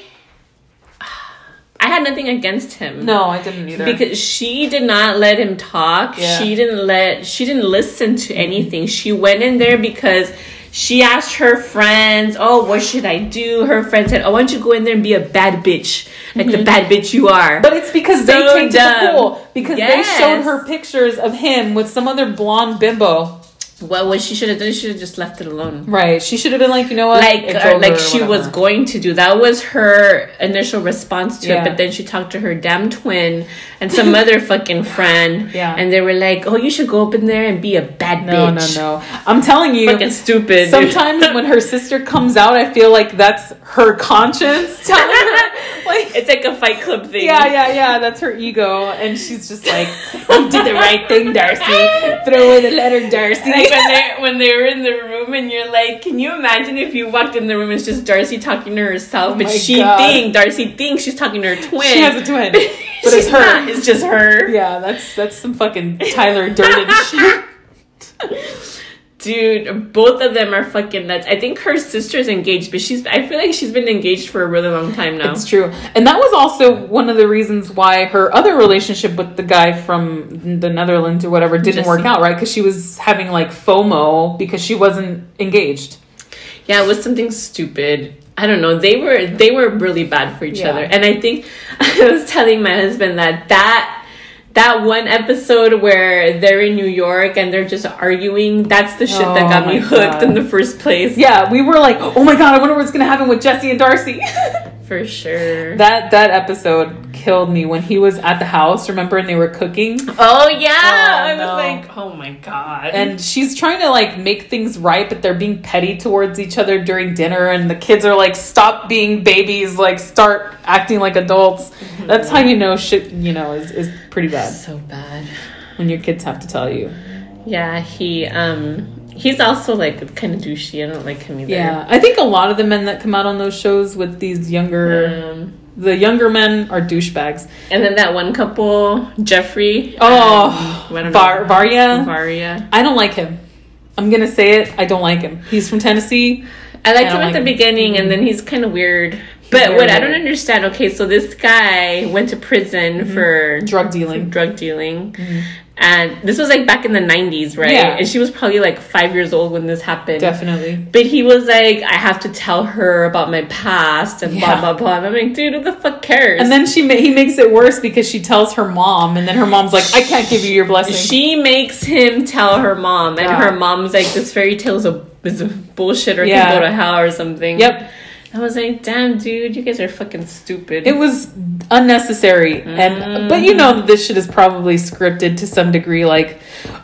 i had nothing against him
no i didn't either
because she did not let him talk
Yeah. Mm-hmm.
she didn't let she didn't listen to anything she went in there because she asked her friends oh what should i do her friend said oh why don't you go in there and be a bad bitch like
Mm-hmm.
the bad bitch you are
But it's because they
So
take to the
dumb.
pool because
Yes.
they showed her pictures of him with some other blonde bimbo.
well what she should have done she should have just left it alone
Right? She should have been like, you know what?
like
It's
or
over
like
or
she was
whatever.
going to do that was her initial response to
Yeah.
it but then she talked to her damn twin and some other fucking friend
Yeah.
and they were like oh you should go up in there and be a bad
No,
bitch
no, no. I'm telling you.
fucking stupid
Sometimes when her sister comes out, I feel like that's her conscience telling her, like,
it's like a fight club thing
yeah, yeah, yeah, that's her ego, and she's just like, you did the right thing, Darcy. Throw away the letter, Darcy.
like when they when they were in the room and you're like, can you imagine if you walked in the room and it's just Darcy talking to herself, but
Oh my
she
God.
think Darcy thinks she's talking to her twin.
she has a twin, but
She's
it's her.
not, it's just her.
Yeah, that's that's some fucking Tyler Durden shit.
Dude, both of them are fucking nuts. I think her sister's engaged, but she's I feel like she's been engaged for a really long time now.
It's true, and that was also one of the reasons why her other relationship with the guy from the Netherlands or whatever didn't
Just-
work out, right? Because she was having like FOMO because she wasn't engaged.
Yeah, it was something stupid. I don't know. They were they were really bad for each
Yeah.
other. And I think I was telling my husband that that that one episode where they're in New York and they're just arguing, that's the shit
Oh
that got me
my
hooked
God.
in the first place.
Yeah, we were like, oh my god, I wonder what's gonna happen with Jesse and Darcy.
For sure.
that that episode killed me when he was at the house, remember, and they were cooking.
oh yeah.
Oh,
I was
no.
like, oh my god.
And she's trying to like make things right, but they're being petty towards each other during dinner, and the kids are like, stop being babies, like start acting like adults.
Mm-hmm.
That's how you know shit, you know, is, is pretty bad
so bad.
when your kids have to tell you.
Yeah, he um he's also like kind of douchey. I don't like him either.
Yeah. I think a lot of the men that come out on those shows with these younger
Um,
the younger men are douchebags.
and then that one couple, Jeffrey.
Oh,
um, I don't know.
Var-
Uh-huh.
Varya.
Varia.
I don't like him. I'm gonna say it. I don't like him. He's from Tennessee.
I liked
I
him
don't
at
like
the
him.
beginning, and then he's kind of weird. But
very
what I don't
weird.
understand, okay, so this guy went to prison
Mm-hmm.
for
Drug dealing.
drug dealing, and this was like back in the '90s, right?
Mm-hmm. Yeah.
And she was probably like five years old when this happened.
Definitely.
But he was like, I have to tell her about my past and
Yeah.
blah blah blah. And I'm like, dude, who the fuck cares?
And then she ma- he makes it worse because she tells her mom, and then her mom's like, "I can't give you your blessing."
she makes him tell her mom, and
Yeah.
her mom's like, "This fairy tale is a, is a bullshit, or
Yeah.
can go to hell or something."
yep.
I was like, "Damn, dude, you guys are fucking stupid."
It was unnecessary, and but you know that this shit is probably scripted to some degree. Like,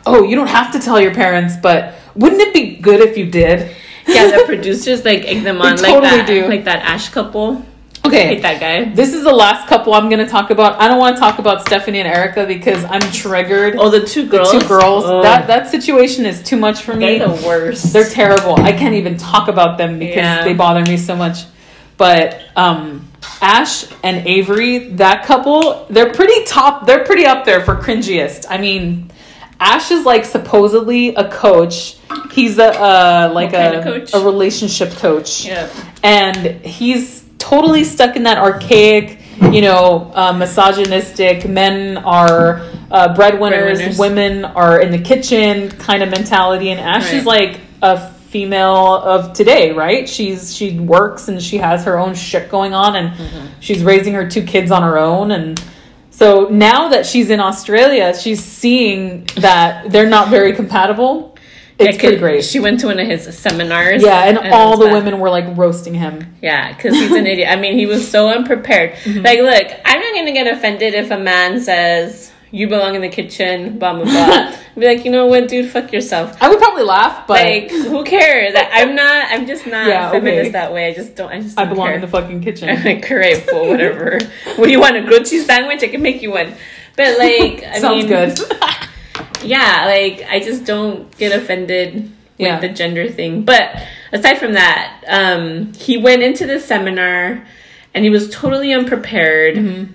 oh, you don't have to tell your parents, but wouldn't it be good if you did?
yeah, the producers like egg them
They
on, like
totally
that,
do.
like that Ash couple. I
Okay.
hate that guy.
This is the last couple I'm going to talk about. I don't want to talk about Stephanie and Erica because I'm triggered.
Oh, the two
the
girls.
two girls.
Oh,
That that situation is too much for me.
they're the worst.
They're terrible. I can't even talk about them because
Yeah.
they bother me so much. But um, Ash and Avery, that couple, they're pretty top. They're pretty up there for cringiest. I mean, Ash is like supposedly a coach. He's a uh, like
What kind
a,
of coach?
a relationship coach,
Yeah.
and he's totally stuck in that archaic, you know, uh, misogynistic. Men are uh, breadwinners,
Breadwinners.
women are in the kitchen kind of mentality, and Ash is
Right.
like a female of today, right? She's she works and she has her own shit going on, and
Mm-hmm.
she's raising her two kids on her own, and. So now that she's in Australia, she's seeing that they're not very compatible. It's
Yeah, 'cause
pretty great.
She went to one of his seminars.
yeah, and, all
it was
the
that.
women were like roasting him.
Yeah, because he's an idiot. I mean, he was so unprepared.
Mm-hmm.
Like, look, I'm not going to get offended if a man says, you belong in the kitchen, blah, blah, blah. I'd be like, you know what, dude, fuck yourself.
I would probably laugh, but
Like, who cares? I, I'm not, I'm just not
Yeah,
feminist
okay.
that way. I just don't, I just
I
don't
belong
care.
in the fucking kitchen.
like, great, well, whatever. what do you want, a grilled cheese sandwich? I can make you one. But, like, I
Sounds
mean,
good.
yeah, like I just don't get offended
Yeah.
with the gender thing. But aside from that, um, he went into the seminar and he was totally unprepared.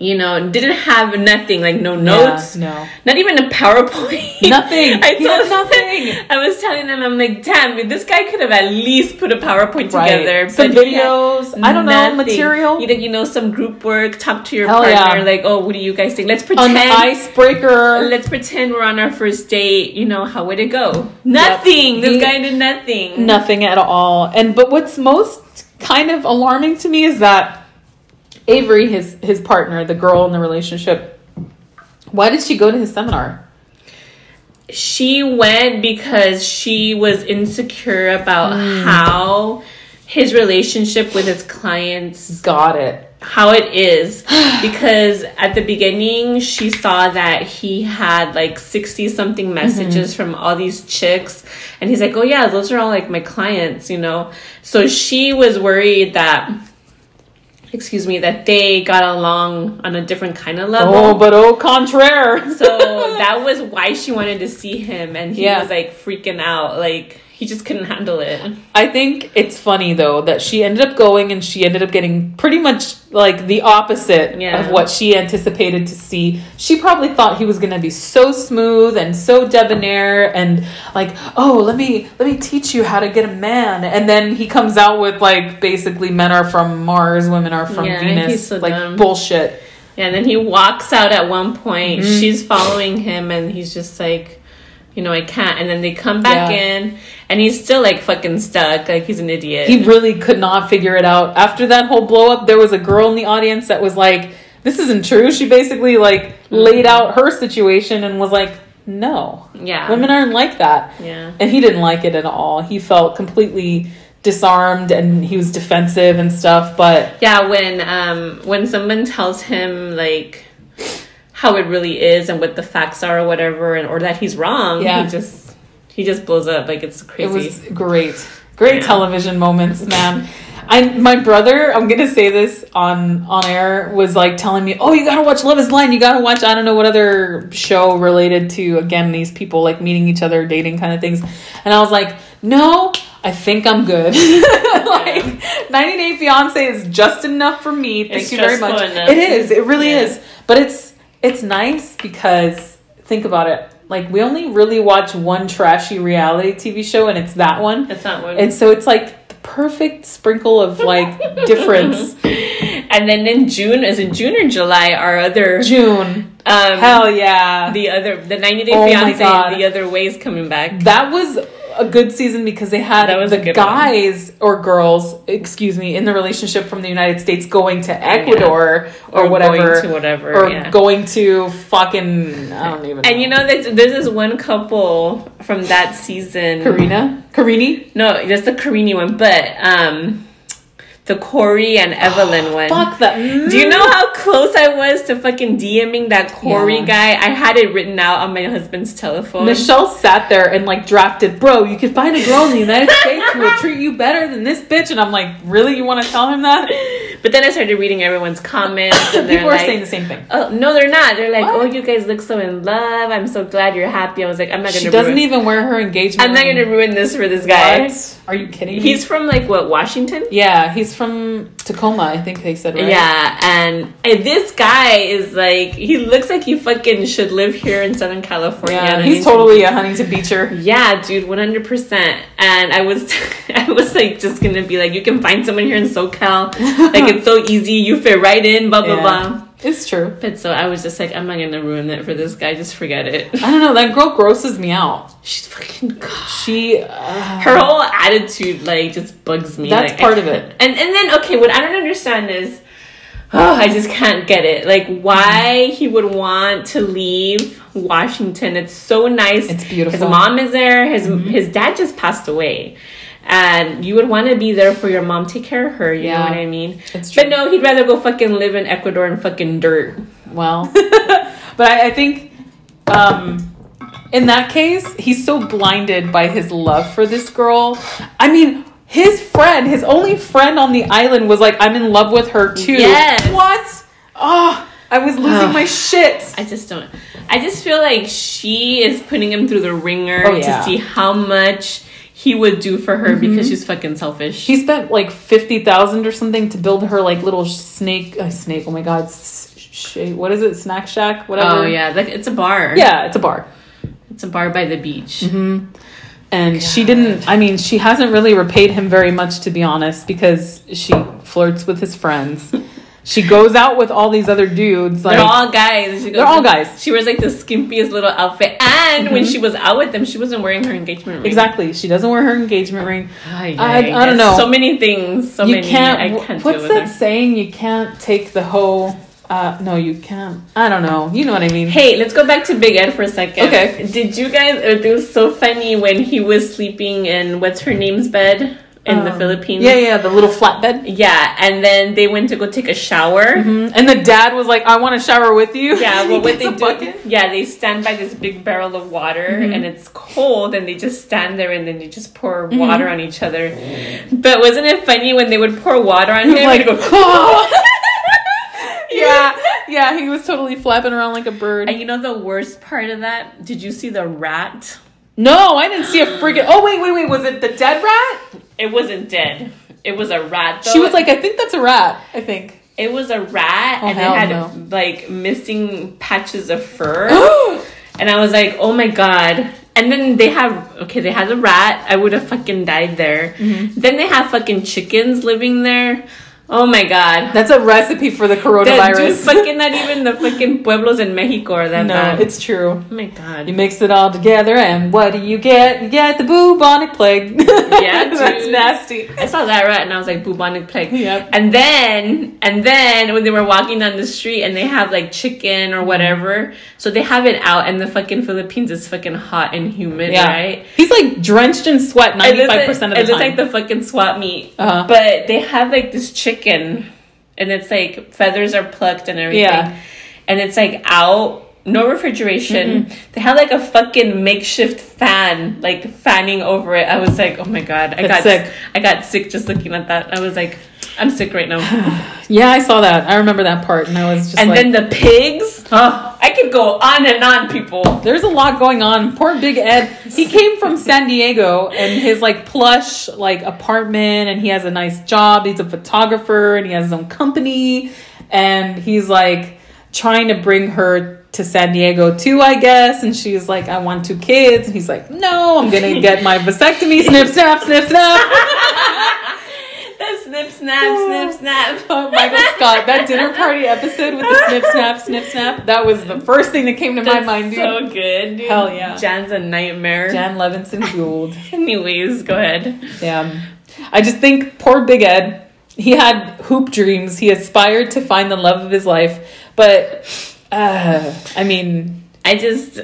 You know, didn't have nothing like no notes,
Mm-hmm. Yeah,
not even a PowerPoint.
Nothing.
I
He had
told
nothing.
I was telling them, I'm like, damn, dude, this guy could have at least put a PowerPoint
no. Right.
together.
Some
but he had
videos. I don't know
nothing.
material.
Either you know some group work, talk to your
Hell yeah.
partner, like, oh, what do you guys think? Let's
An
pretend
icebreaker.
let's pretend we're on our first date. You know, how would it go? Nothing. This
He-
guy did nothing.
Nothing at all. And but what's most kind of alarming to me is that Avery, his his partner, the girl in the relationship, why did she go to his seminar?
She went because she was insecure about
Mm.
how his relationship with his clients
Got it.
how it is because at the beginning she saw that he had like 60 something
Mm-hmm.
messages from all these chicks and he's like oh yeah those are all like my clients you know so she was worried that excuse me that they got along on a different kind of level
Oh, but au contraire.
so that was why she wanted to see him and he
Yeah.
was like freaking out like he just couldn't handle it
I think it's funny though that she ended up going and she ended up getting pretty much like the opposite
Yeah.
of what she anticipated to see. She probably thought he was going to be so smooth and so debonair and like, "Oh, let me let me teach you how to get a man." And then he comes out with like basically men are from Mars, women are from
Yeah,
Venus,
he's so
like
dumb.
bullshit.
And then he walks out at one point.
Mm-hmm.
She's following him, and he's just like, you know, I can't. And then they come back
Yeah.
in, and he's still like fucking stuck. Like he's an idiot.
he really could not figure it out. After that whole blow up, there was a girl in the audience that was like, "This isn't true." She basically like laid out her situation and was like, "No,
yeah.
women aren't like that."
yeah.
And he didn't like it at all. He felt completely disarmed and he was defensive and stuff. But
Yeah. When um when someone tells him like how it really is and what the facts are or whatever, and or that he's wrong,
Yeah.
he just he just blows up. Like it's
it
crazy.
was great, great
Yeah.
television moments, man. I, my brother, I'm gonna say this on on air, was like telling me, "Oh, you gotta watch Love Is Blind. You gotta watch I don't know what other show related to again these people like meeting each other, dating kind of things." And I was like, "No, I think I'm good. like 90 Day Fiance is just enough for me. Thank
It's
you very
stressful
much.
enough.
It is. It really
Yeah.
is. But it's it's nice because think about it. Like we only really watch one trashy reality TV show, and it's that one.
That's not what.
And so it's like the perfect sprinkle of like difference.
and then in June, is it June or July? Our other
June.
um,
Hell yeah.
the other the 90 day
Oh my
fiance
God.
and the other ways coming back
That was a good season because they had
That was a
the
good one.
guys or girls, excuse me, in the relationship from the United States going to Ecuador or,
going
whatever.
to whatever
or
yeah.
going to fucking I don't even know.
and you know there's, there's this one couple from that season
Karina? Karini?
no that's the Karini one but um the Corey and Evelyn one
Fuck that.
do you know how close I was to fucking DMing that Corey
Yeah.
guy? I had it written out on my husband's telephone.
Michelle sat there and like drafted, bro, you could find a girl in the United States who will treat you better than this bitch. And I'm like, really? You want to tell him that?
But then I started reading everyone's comments, and they're
People are
like,
saying the same thing.
"Oh no, they're not. They're like,
What?
oh, you guys look so in love. I'm so glad you're happy." I was like, "I'm not gonna."
She doesn't
ruin-
even wear her engagement.
I'm not
ring.
gonna ruin this for this guy.
What? Are you kidding? me?
He's from like what Washington?
yeah, he's from Tacoma, I think they said, right?
Yeah, and, and this guy is like, he looks like he fucking should live here in Southern California.
Yeah,
and I need
he's
to-
totally a Huntington Beacher.
Yeah, dude, one hundred percent. And I was, I was like, just gonna be like, you can find someone here in SoCal. Like it's so easy, you fit right in. Blah blah
Yeah.
blah.
It's true.
But so I was just like, I'm not gonna ruin it for this guy. Just forget it.
I don't know. That girl grosses me out.
She's fucking. God.
She, uh,
Her whole attitude, like, just bugs me.
That's
Like, I
part of
can't-
it.
And and then okay, what I don't understand is, oh, I just can't get it. Like, why he would want to leave Washington? It's so nice.
It's beautiful. Mm-hmm.
His mom is there. His his dad just passed away, and you would want to be there for your mom. Take care of her. You
Yeah.
know what I mean?
It's true.
But no, he'd rather go fucking live in Ecuador and fucking dirt.
well, but I, I think um, in that case, he's so blinded by his love for this girl. I mean, his friend, his only friend on the island, was like, "I'm in love with her too."
Yes.
What? Oh, I was losing my shit.
I just don't. I just feel like she is putting him through the ringer
Oh, yeah. Mm-hmm.
to see how much he would do for her because she's fucking selfish.
He spent like fifty thousand or something to build her like little snake. Uh, snake. Oh my god. S- sh- what is it? Snack Shack. Whatever.
oh yeah, like it's a bar.
Yeah, Mm-hmm. it's a bar.
it's a bar by the beach. Oh
And she didn't, I mean, she hasn't really repaid him very much, to be honest, because she flirts with his friends. she goes out with all these other dudes. Like,
They're all guys. She goes-
They're all guys. Mm-hmm.
She wears like the skimpiest little outfit, and when she was out with them, she wasn't wearing her engagement ring.
exactly. She doesn't wear her engagement ring.
Ay,
I-
ay,
I don't
there's
know.
So many things. So
you
many.
can't,
Oh, I can't.
what's
deal
that
with her.
saying? You can't take the hoe. Uh, no, you can't. I don't know. You know what I mean.
Hey, let's go back to Big Ed for a second.
Okay.
Did you guys? uh, It was so funny when he was sleeping in what's her name's bed in the
Um,
Philippines.
Yeah, yeah, the little flatbed.
Yeah, and then they went to go take a shower.
Mhm. And the dad was like, I want to shower with you.
Yeah,
He
well, what
gets
they
a
do?
bucket. Mm-hmm.
Yeah, they stand by this big barrel of water, and it's cold, and they just stand there, and then they just pour
Mm-hmm.
water on each other. But wasn't it funny when they would pour water on him?
Like, "Oh."
and he'd go,
yeah, yeah, he was totally flapping around like a bird.
and you know the worst part of that? Did you see the rat?
No, I didn't see a freaking. Oh wait, wait, wait. Was it the dead rat?
It wasn't dead. It was a rat. Though.
She was like, I think that's a rat. I think.
it was a rat,
Oh,
and it
hell
had
no.
like missing patches of fur. And I was like, oh my god. And then they have, okay, they had a rat. I would have fucking died there.
Mm-hmm.
Then they have fucking chickens living there. Oh my god.
that's a recipe for the
That dude
coronavirus.
fucking not even the fucking pueblos in Mexico are that
no,
bad.
uh, it's true.
oh my
You
god.
mix it all together, and what do you get? You get the bubonic plague.
Yeah,
that's
dude.
nasty.
I saw that rat and I was like bubonic plague.
Yep.
And then and then when they were walking down the street and they have like chicken or whatever, so they have it out and the fucking Philippines is fucking hot and humid,
Yeah,
right?
he's like drenched in sweat
It
ninety
looks
five
like-
percent of
It
the
looks
time.
like the fucking swap meet.
Uh-huh.
But they have like this chicken, and it's like feathers are plucked and everything.
Yeah.
And it's like out, no refrigeration.
Mm-hmm.
They have like a fucking makeshift fan, like fanning over it. I was like, oh my god, I
That's
got
sick.
I got sick just looking at that. I was like, I'm sick right now.
yeah, I saw that. I remember that part, and I was just
and
like,
then the pigs. Oh, I could go on and on, people.
There's a lot going on. Poor Big Ed. He came from San Diego and his like plush like apartment and he has a nice job. He's a photographer and he has his own company and he's like trying to bring her to San Diego too, I guess. And she's like, I want two kids. And he's like, No, I'm gonna get my vasectomy. Snip, snap, snip, snap.
That snip, snap, snip, snap.
Oh, Michael Scott, that dinner party episode with the snip, snap, snip, snap. That was the first thing that came to my
That's
mind, dude.
so good, dude.
Hell yeah.
Jan's a nightmare.
Jan Levinson Gould.
Anyways, go ahead.
Damn. I just think poor Big Ed, he had hoop dreams. He aspired to find the love of his life. But, uh, I mean,
I just,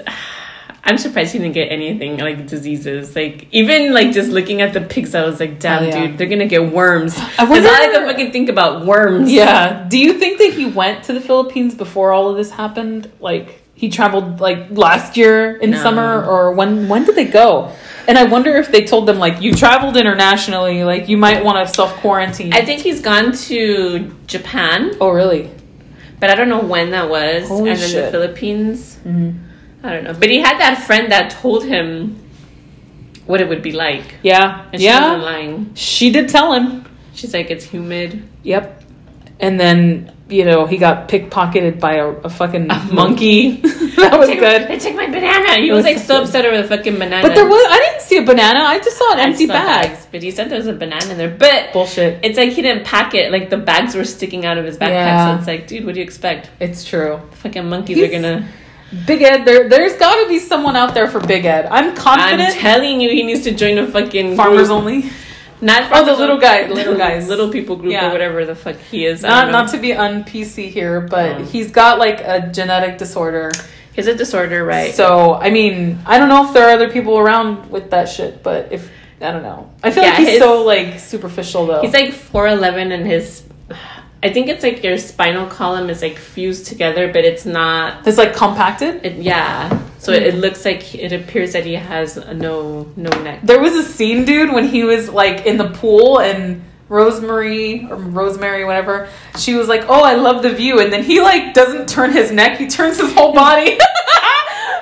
I'm surprised he didn't get anything like diseases. Like even like just looking at the pigs, I was like, damn,
Oh, yeah.
dude, they're gonna get worms.
I
I
wonder-
I like to fucking think about worms.
yeah. Do you think that he went to the Philippines before all of this happened? Like, he traveled like last year in
No.
summer or when when did they go? And I wonder if they told them like you traveled internationally, like you might want to self quarantine.
I think he's gone to Japan,
Oh really?
but I don't know when that was,
Holy
and then
shit. Mm-hmm.
the Philippines. I don't know, but he had that friend that told him what it would be like,
Yeah.
and she
yeah.
wasn't lying.
She did tell him.
She's like, it's humid.
Yep. And then, you know, he got pickpocketed by a, a fucking
A
monkey. that was
They took-
good.
They took my banana. He was
was
like
so
so
good.
upset over the fucking banana.
But there was, I didn't see a banana. I just saw an
I
empty
saw
bag.
bags, But he said there was a banana in there. But
Bullshit.
it's like he didn't pack it. Like the bags were sticking out of his backpack.
Yeah.
So it's like, dude, what do you expect?
It's true.
The fucking monkeys
He's
are gonna.
Big Ed, there, there's got to be someone out there for Big Ed. I'm confident.
I'm telling you, he needs to join a fucking
Farmers
group.
only. Oh,
Not
the
farmers
little
only-
guy- little guys.
little people group
Yeah.
or whatever the fuck he is. I
Not,
don't know.
not to be un PC here, but
Um.
he's got like a genetic disorder.
He's a disorder, right?
So, I mean, I don't know if there are other people around with that shit, but if, I don't know. I feel
Yeah,
like he's
his-
so like superficial though.
He's like four eleven, and his. I think it's like your spinal column is like fused together, but it's not
it's like compacted.
It, yeah. So
Hmm.
it, it looks like it appears that he has a no no neck.
There was a scene, dude, when he was like in the pool and Rosemary or Rosemary, whatever, she was like, "Oh, I love the view," and then he like doesn't turn his neck; he turns his whole body.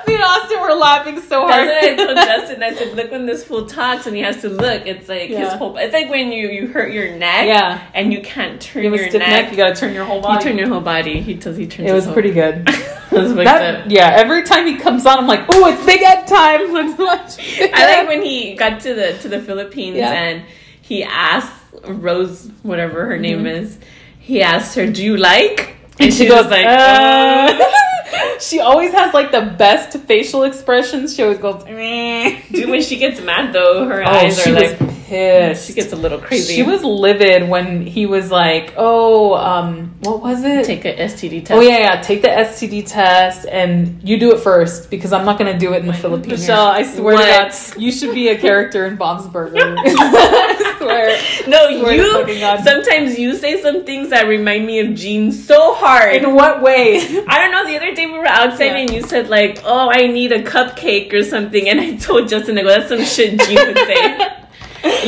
Me and Austin were laughing so hard.
That's what I told Justin. I said, look when this fool talks and he has to look. It's like his
Yeah.
whole. It's like when you you hurt your neck.
Yeah.
And you can't turn
you have
your
a stiff
neck.
neck, You gotta turn your whole
You
body.
turn your whole body. He tells he turns.
it was
his
pretty good.
Whole, it was fucked
That-
up.
yeah, every time he comes on, I'm like, "Oh, it's Big Ed time!" Let's watch. Big
I
Ed."
like when he got to the to the Philippines
Yeah.
and he asked Rose, whatever her name is, he asked her, "Do you like?"
Mm-hmm. And she goes
was
like, uh. she always has like the best facial expressions. She always goes, "Meh."
Dude, when she gets mad though, her
Oh,
eyes
she
are
was
like
pissed.
she gets a little crazy.
She was livid when he was like, "Oh, um, what was it?
take a STD test.
oh yeah, yeah, take the STD test and you do it first because I'm not gonna do it in the Philippines." Michelle, I swear
What?
to God, you should be a character in Bob's Burgers. I swear.
No,
Swear to fucking
you
God.
sometimes you say some things that remind me of Jean so hard.
In what way?
I don't know. The other day we were outside
Yeah.
and you said like, "Oh, I need a cupcake or something," and I told Justin, "I go, that's some shit Jean would say."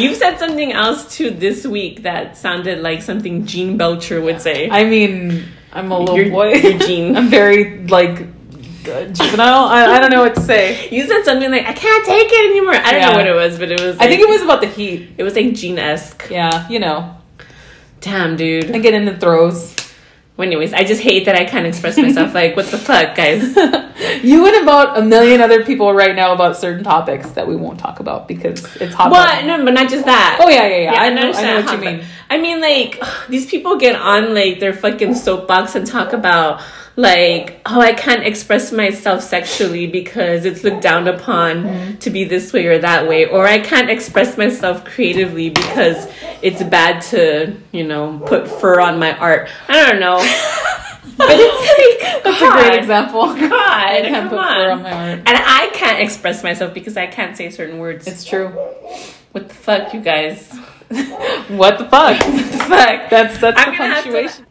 You've said something else too this week that sounded like something Jean Belcher would say.
I mean, I'm a little
You're-
boy.
you're Jean.
I'm very like uh, juvenile. I, I don't know what to say.
you said something like, "I can't take it anymore." I don't
Yeah.
know what it was, but it was.
I
Like,
think it was about the heat.
it was like Jean esque.
Yeah, you know,
Damn, dude.
I get in the throes.
Well, anyways, I just hate that I can't express myself. like, what the fuck, guys?
you and about a million other people right now about certain topics that we won't talk about because it's hot.
What?
button.
No, but not just that.
Oh yeah, yeah, yeah. I,
don't
know, I know
understand
what you
how,
mean.
but- I mean, like these people get on like their fucking soapbox and talk about like, oh, I can't express myself sexually because it's looked down upon to be this way or that way, or I can't express myself creatively because it's bad to you know put fur on my art. I don't know, but it's like
That's a great
God.
example.
God,
I can't
come
put fur
on.
on my arm.
And I can't express myself because I can't say certain words.
It's true.
what the fuck, you guys?
What the fuck?
fuck.
That's that's
I'm
the
gonna have to-
punctuation.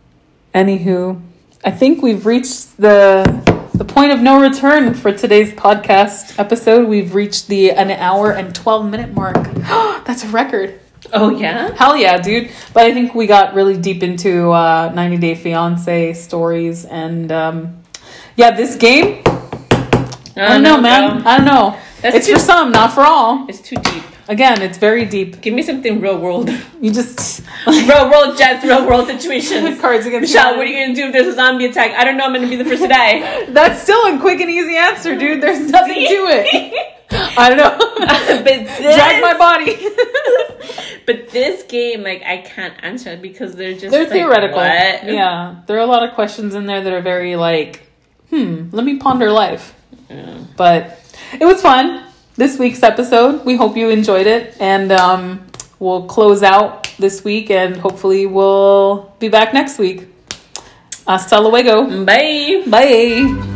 Anywho, I think we've reached the the point of no return for today's podcast episode. We've reached the an hour and twelve minute mark. that's a record.
Oh yeah.
Hell yeah, dude. But I think we got really deep into uh, 90 Day Fiance stories. And um, yeah, this game, I
Oh,
don't know, man. I don't know.
That's
it's
too-
for some, not for all.
It's too deep.
Again, it's very deep.
Give me something real world.
You just.
real world jets, real world situations.
Cards against
Michelle, what are you gonna do if there's a zombie attack? I don't know. I'm gonna be the first to die.
That's still a quick and easy answer, dude. There's nothing to it. I don't know.
but this,
Drag my body.
but this game, like, I can't answer it because they're just
They're
like,
theoretical.
what?
Yeah. There are a lot of questions in there that are very like, hmm, let me ponder life.
Yeah.
But it was fun. This week's episode. We hope you enjoyed it. And um, we'll close out this week and hopefully we'll be back next week. Hasta luego.
Bye.
Bye.